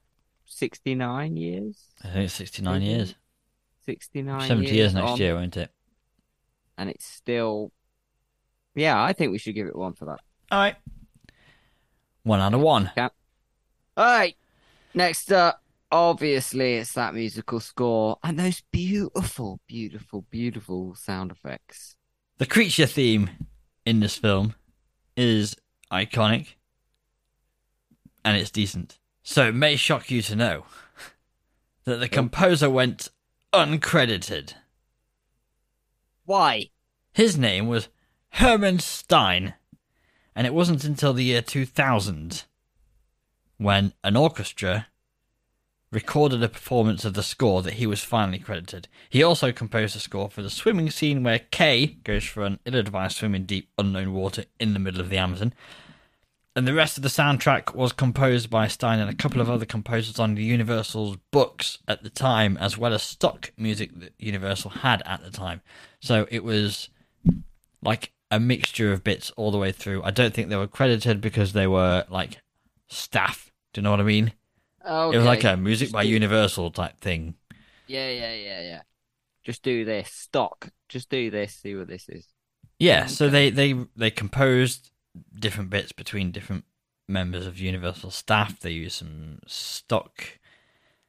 69 years, I think it's 69 Maybe years. sixty nine. 70 years, next on, year, won't it? and it's still. Yeah, I think we should give it one for that. All right. One out of one. All right. Next up, obviously, it's that musical score and those beautiful, beautiful, beautiful sound effects. The creature theme in this film is iconic and it's decent. So it may shock you to know [LAUGHS] that the composer went uncredited. Why? His name was Herman Stein, and it wasn't until the year 2000 when an orchestra recorded a performance of the score that he was finally credited. He also composed the score for the swimming scene where Kay goes for an ill advised swim in deep, unknown water in the middle of the Amazon, And the rest of the soundtrack was composed by Stein and a couple of other composers on Universal's books at the time, as well as stock music that Universal had at the time. So it was like a mixture of bits all the way through. I don't think they were credited because they were like staff. Do you know what I mean? Okay. It was like a music by Steve. Universal type thing. Oh, Yeah, yeah, yeah, yeah. Just do this. Stock. Just do this. See what this is. Yeah, so they they they composed different bits between different members of Universal staff. They used some stock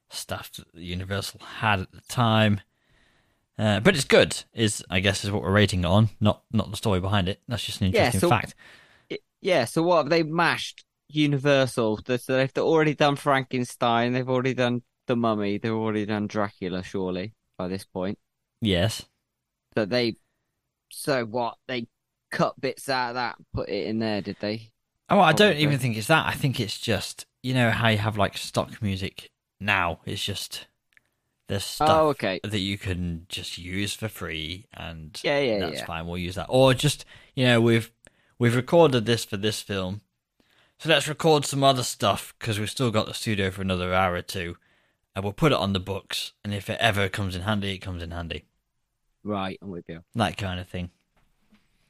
stuff that Universal had at the time, uh, but it's good. Is I guess is what we're rating it on, not not the story behind it. That's just an Yeah, interesting so- fact. Y- Yeah. So what have they mashed? Universal. They- So they've already done Frankenstein. They've already done the Mummy. They've already done Dracula. Surely by this point. Yes, So they. So what? They cut bits out of that, and put it in there. Did they? Oh, I don't Probably. even think it's that. I think it's just you know how you have like stock music now. It's just there's stuff Oh, okay. that you can just use for free, and Yeah, yeah, that's yeah. fine. We'll use that, or just you know we've we've recorded this for this film, so let's record some other stuff because we've still got the studio for another hour or two, and we'll put it on the books. And if it ever comes in handy, it comes in handy. Right. I'm with you. That kind of thing.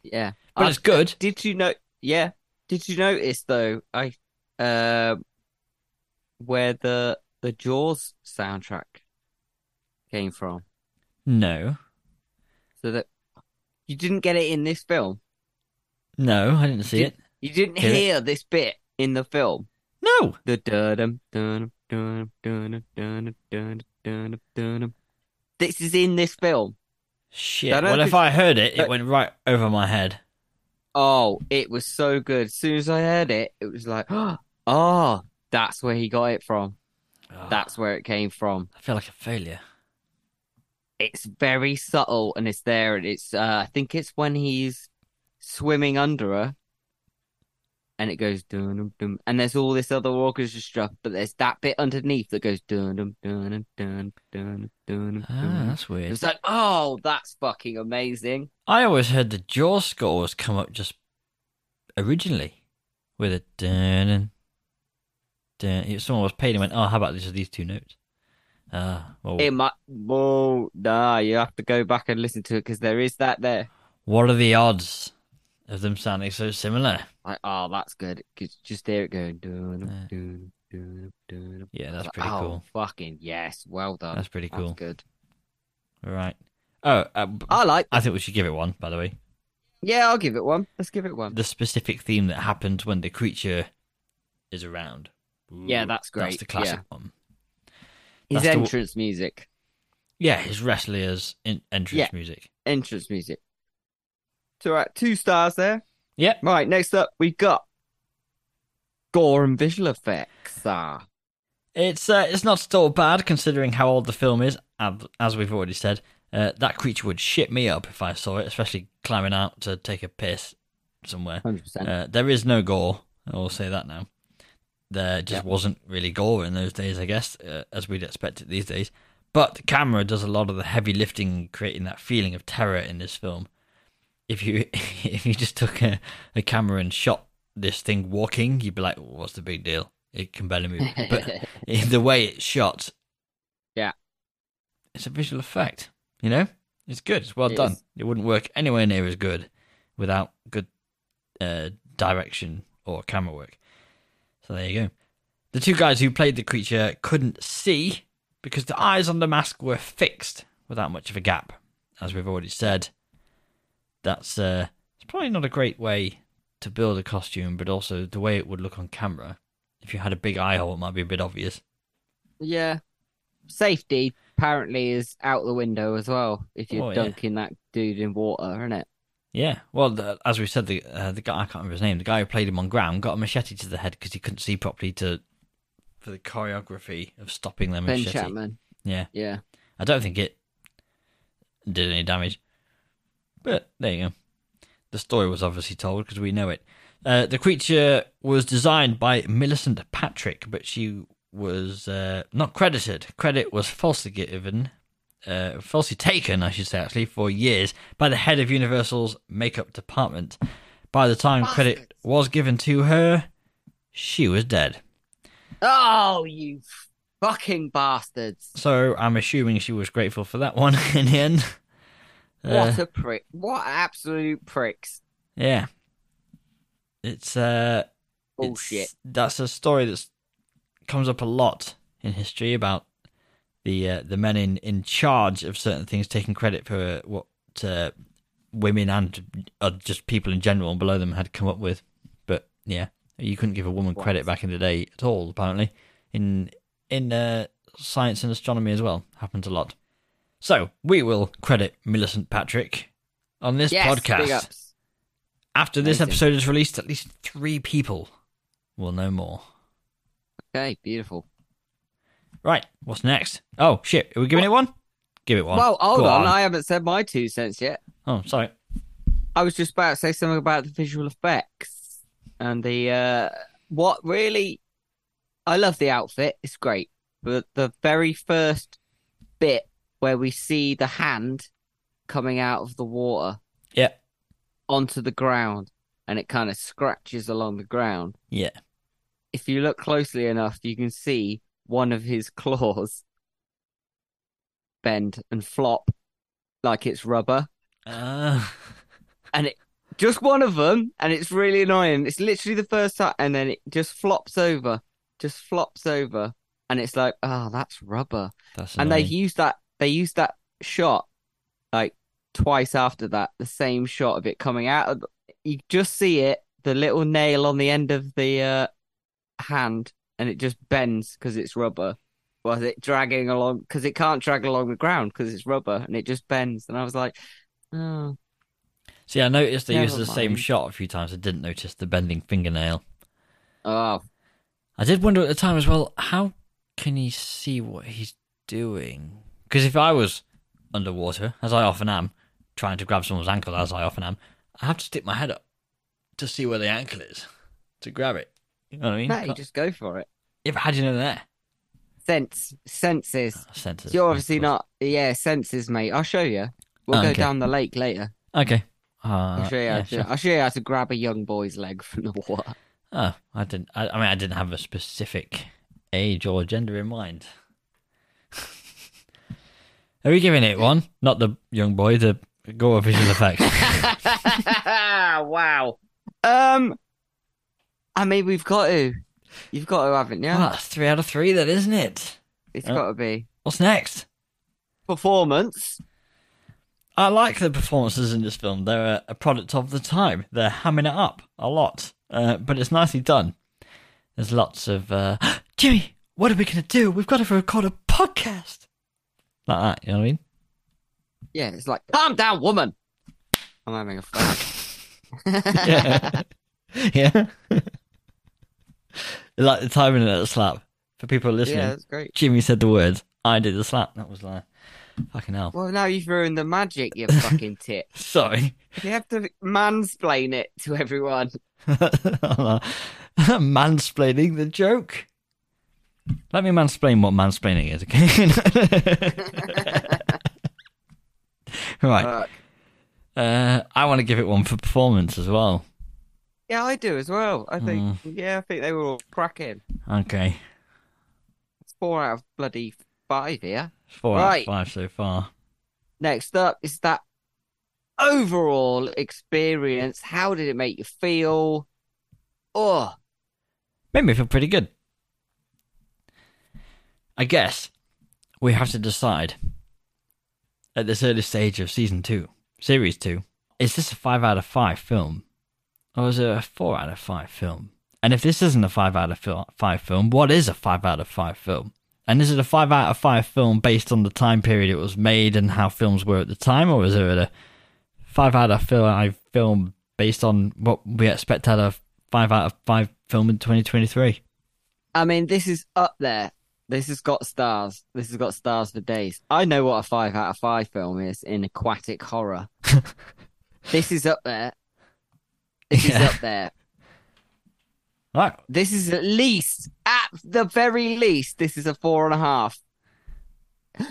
Yeah. But I- it's good. Did you know? Yeah. Did you notice though? I um, where the the Jaws soundtrack came from. No, So that you didn't get it in this film. no, I didn't see Did- it. You didn't Hear it? hear this bit in the film. No. The dun dun dun dun dun dun dun dun. This is in this film. Shit. Don't know Well, if if I heard it, it Don't- went right over my head. Oh, it was so good. As soon as I heard it, it was like, [GASPS] oh, that's where he got it from. Ah. That's where it came from. I feel like a failure. it's very subtle and it's there and it's uh, I think it's when he's swimming under her and it goes dun dum dum and there's all this other orchestra stuff but there's that bit underneath that goes dun dum dun dun dun dun Ah, dun that's weird. it's like oh that's fucking amazing I always heard the Jaws score was come up just originally with a dun and dun. If Someone was paid and went, oh, how about just these two notes? Ah, well, it might well nah you have to go back and listen to it because there is that there what are the odds of them sounding so similar? like oh that's good 'cause just there it going dun Yeah. dun dun dun dun Yeah, that's Like, pretty oh, cool. fucking yes well done That's pretty cool. that's good Right. Oh, uh, b- I like. I think we should give it one, by the way. Yeah, I'll give it one. Let's give it one. The specific theme that happens when the creature is around. Yeah, that's great. That's the classic Yeah. one. His that's the- entrance music. Yeah, his wrestlers in entrance Yeah. music. Entrance music. So, right, two stars there. Yep. Right, next up we got gore and visual effects. Ah, It's uh, it's not still bad considering how old the film is. ab- As we've already said, uh, that creature would shit me up if I saw it, especially climbing out to take a piss somewhere. hundred percent. Uh, there is no gore. I will say that now. There just wasn't really gore in those days, I guess, uh, as we'd expect it these days. But the camera does a lot of the heavy lifting, creating that feeling of terror in this film. If you [LAUGHS] if you just took a, a camera and shot this thing walking, you'd be like, "What's the big deal? It can barely move." [LAUGHS] But [LAUGHS] the way it's shot, Yeah. it's a visual effect. You know, it's good. It's well It done. is. It wouldn't work anywhere near as good without good uh, direction or camera work. So there you go. The two guys who played the creature couldn't see because the eyes on the mask were fixed without much of a gap, as we've already said. That's uh, it's probably not a great way to build a costume, but also the way it would look on camera. If you had a big eye hole, it might be a bit obvious. Yeah, safety apparently is out the window as well. If you're Oh, yeah. dunking that dude in water, isn't it? Yeah, well, the, as we said, the uh, the guy I can't remember his name, the guy who played him on ground, got a machete to the head because he couldn't see properly to for the choreography of stopping their Ben machete. Chapman. Yeah, Yeah, I don't think it did any damage, but there you go. The story was obviously told because we know it. Uh, the creature was designed by Millicent Patrick, but she was uh, not credited. Credit was falsely given, uh, falsely taken, I should say, actually, for years by the head of Universal's makeup department. By the time credit was given to her, she was dead. Oh, you fucking bastards. So I'm assuming she was grateful for that one [LAUGHS] in the end. Uh, What a prick. What absolute pricks. yeah. It's uh it's- Bullshit. that's a story that's comes up a lot in history about the uh, the men in, in charge of certain things taking credit for uh, what uh, women and uh, just people in general below them had come up with. But yeah, you couldn't give a woman credit back in the day at all. Apparently, in in uh, science and astronomy as well happens a lot. So we will credit Millicent Patrick on this Yes, podcast. big ups. After this Amazing. episode is released, at least three people will know more. Okay, beautiful. Right, what's next? Oh shit, are we giving it one? Give it one. Well, hold Go on. I haven't said my two cents yet. Oh, sorry. I was just about to say something about the visual effects and the uh what really I love the outfit, it's great. But the very first bit where we see the hand coming out of the water Yeah, onto the ground and it kind of scratches along the ground. yeah. If you look closely enough, you can see one of his claws bend and flop like it's rubber. Uh, Ah. and it just one of them, and it's really annoying. It's literally the first time, and then it just flops over, just flops over, and it's like, oh, that's rubber. that's And they annoying. used that, they used that shot like twice after that, the same shot of it coming out. Of, you just see it, the little nail on the end of the uh, hand, and it just bends because it's rubber. Was it dragging along? Because it can't drag along the ground because it's rubber, and it just bends. And I was like, oh. See, I noticed they Never used the same mind. shot a few times. I didn't notice the bending fingernail. Oh, I did wonder at the time as well. How can he see what he's doing? Because if I was underwater, as I often am, trying to grab someone's ankle, as I often am, I have to stick my head up to see where the ankle is to grab it. You know what I mean? no, you Can't- just go for it. Yeah, but how do you know they're Sense, senses. there? Senses. You're I obviously suppose. not. Yeah, senses, mate. I'll show you. We'll Oh, go okay. down the lake later. Okay. Uh, I'll show you. yeah, how to, sure. I'll show you how to grab a young boy's leg from the [LAUGHS] water. Oh, I didn't. I, I mean, I didn't have a specific age or gender in mind. [LAUGHS] Are we giving it one? Not the young boy. The gore visual [LAUGHS] effects. [LAUGHS] wow. Um, I mean, we've got to. You've got to, haven't you? Well, that's Ah, three out of three, then, isn't it? It's Yeah. got to be What's next? performance. I like the performances in this film. They're a, a product of the time. They're hamming it up a lot, uh, but it's nicely done. There's lots of uh, [GASPS] Jimmy. What are we gonna do? We've got to record a podcast. Like that, you know what I mean? Yeah, it's like calm down, woman. I'm having [LAUGHS] a fag. yeah. [LAUGHS] yeah. like the timing of that slap. For people listening, yeah, that's great. Jimmy said the words. I did the slap. That was like, fucking hell. Well, now you've ruined the magic, you [LAUGHS] fucking tit. Sorry. You have to mansplain it to everyone. [LAUGHS] mansplaining the joke. Let me mansplain what mansplaining is, okay? [LAUGHS] right. Fuck. Uh, I want to give it one for performance as well. Yeah, I do as well. I think. Mm. Yeah, I think they were all cracking. Okay. It's four out of bloody five here. Four out of Right. five so far. Next up is that overall experience. How did it make you feel? Oh, made me feel pretty good. I guess we have to decide at this early stage of season two, series two, is this a five out of five film, or is it a four out of five film? And if this isn't a five out of fil- five film, what is a five out of five film? And is it a five out of five film based on the time period it was made and how films were at the time, or is it a five out of five film based on what we expect out of five out of five film in 2023. I mean, this is up there. This has got stars. This has got stars for days. I know what a five out of five film is in aquatic [LAUGHS] horror. this is up there. This Yeah. is up there. Right. This is at least, at the very least, this is a four and a half.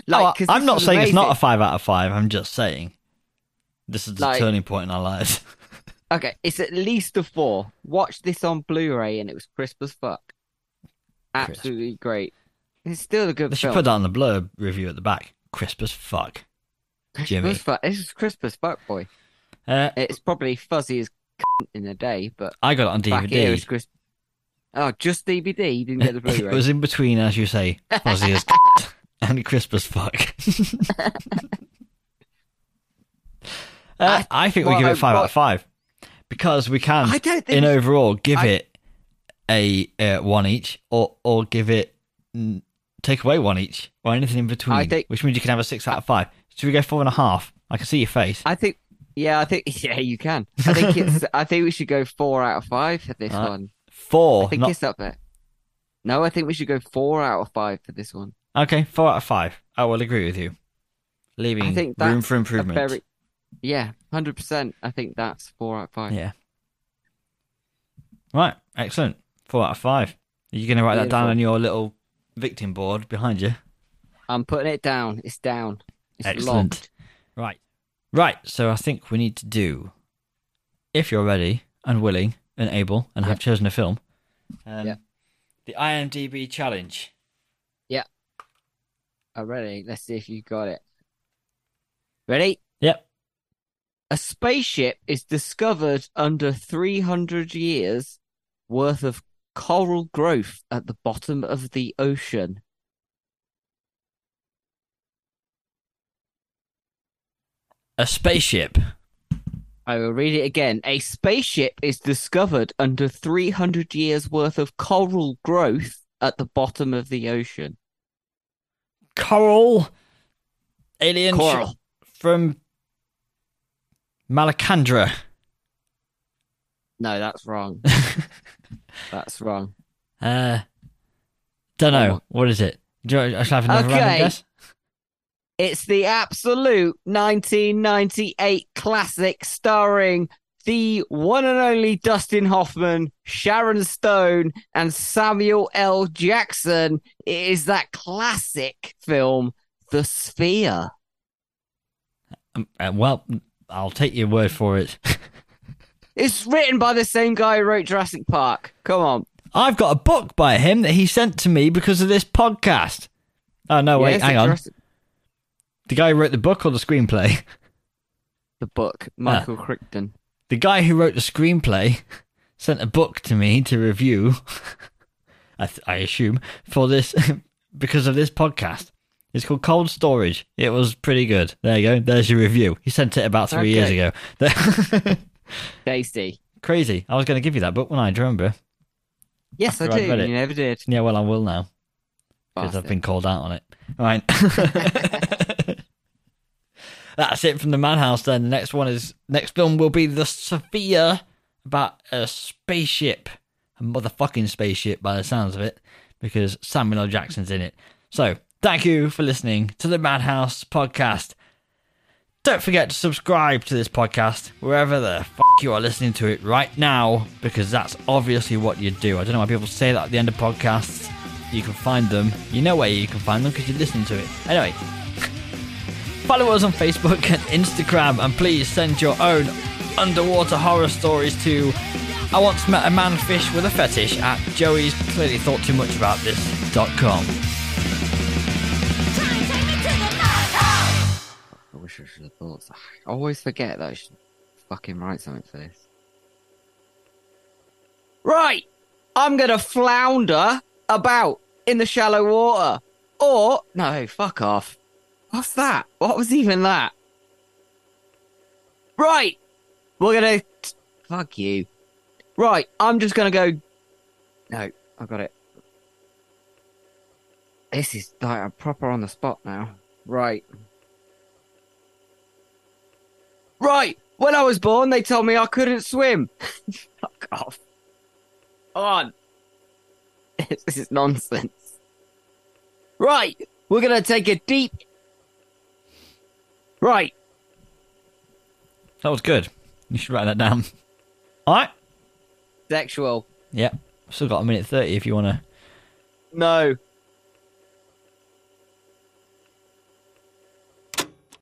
Like, 'cause Oh, I'm this not was saying it's not a amazing. five out of five. I'm just saying this is the Like- [LAUGHS] turning point in our lives. Okay, it's at least a four. Watch this on Blu-ray, and it was crisp as fuck. Absolutely great. It's still a good They should film. put that on the blurb review at the back. Crisp as fuck. Crisp Jimmy. as fuck. This is crisp as fuck, boy. Uh, It's probably fuzzy as [LAUGHS] in the day, but I got it on back here DVD. it's crisp. Oh, just DVD. You [LAUGHS] didn't get the It Blu-ray. was in between, as you say, [LAUGHS] fuzzy as [LAUGHS] and crisp as fuck. [LAUGHS] Uh, I think we well, give I- it five out well- of five because we can, I don't think in we- overall, give I- it a uh, one each, or or give it mm, take away one each, or anything in between, think- which means you can have a six out of five. Should we go four and a half? I can see your face. I think. Yeah, I think. [LAUGHS] Yeah, you can. I think [LAUGHS] it's. I think we should go four out of five for this Alright. one. Four, I think Uh, not it's up there. No, I think we should go four out of five for this one. Okay, four out of five. I will agree with you. Leaving I think room that's for improvement. A very, yeah, hundred percent. I think that's four out of five. Yeah. Right, excellent. Four out of five. Are you going to write that down Beautiful. on your little victim board behind you? I'm putting it down. It's down. It's Excellent. locked. Right. Right, so I think we need to do, if you're ready and willing and able and have chosen a film, um, Yeah. the IMDb challenge. I'm Uh, ready. Let's see if you got it. Ready? Yep. A spaceship is discovered under 300 years worth of coral growth at the bottom of the ocean. A spaceship. I will read it again. A spaceship is discovered under 300 years worth of coral growth at the bottom of the ocean. Coral. Alien. sh- Coral. From Malacandra. No, that's [LAUGHS] wrong. that's wrong. Uh, don't know. What is it? Do you, shall I have another random Oh. Okay. guess? It's the absolute 1998 classic starring the one and only Dustin Hoffman, Sharon Stone, and Samuel L. Jackson. It is that classic film, The Sphere. Um, uh, well, I'll take your word for it. [LAUGHS] It's written by the same guy who wrote Jurassic Park. Come on. I've got a book by him that he sent to me because of this podcast. Oh no! Wait, Yes, hang on. Jurassic- The guy who wrote the book or the screenplay? [LAUGHS] The book, Michael Ah. Crichton. The guy who wrote the screenplay [LAUGHS] sent a book to me to review. [LAUGHS] I, th- I assume for this [LAUGHS] because of this podcast. It's called Cold Storage. It was pretty good. There you go. There's your review. He sent it about three Okay. years ago. [LAUGHS] Tasty. Crazy. I was going to give you that book when I do you remember. Yes, I After I'd do. read You it. never did. Yeah, well, I will now because I've Bastard. been called out on it. All right. [LAUGHS] That's it from the Manhouse. Then the next one is next film will be the Sophia about a spaceship, a motherfucking spaceship by the sounds of it, because Samuel L. Jackson's in it. So thank you for listening to the Madhouse podcast. Don't forget to subscribe to this podcast wherever the f you are listening to it right now, because that's obviously what you do. I don't know why people say that at the end of podcasts. You can find them. You know where you can find them because you're listening to it. Anyway, [LAUGHS] follow us on Facebook and Instagram, and please send your own underwater horror stories to I once met a man fish with a fetish at Joey's clearly thought too much about this.com. Try and take me to the mud house. I wish I should have thought. so. I always forget that I should fucking write something for this. Right, I'm gonna flounder about in the shallow water, or no, fuck off. What's that? What was even that? Right, we're gonna fuck you. Right, I'm just gonna go. No, I got it. This is like I'm proper on the spot now. Right. Right. When I was born, they told me I couldn't swim. [LAUGHS] Fuck off. On. [LAUGHS] this is nonsense. Right. We're going to take a deep. Right. That was good. You should write that down. All right. Sexual. Yep. Still got a minute 30 if you want to. No.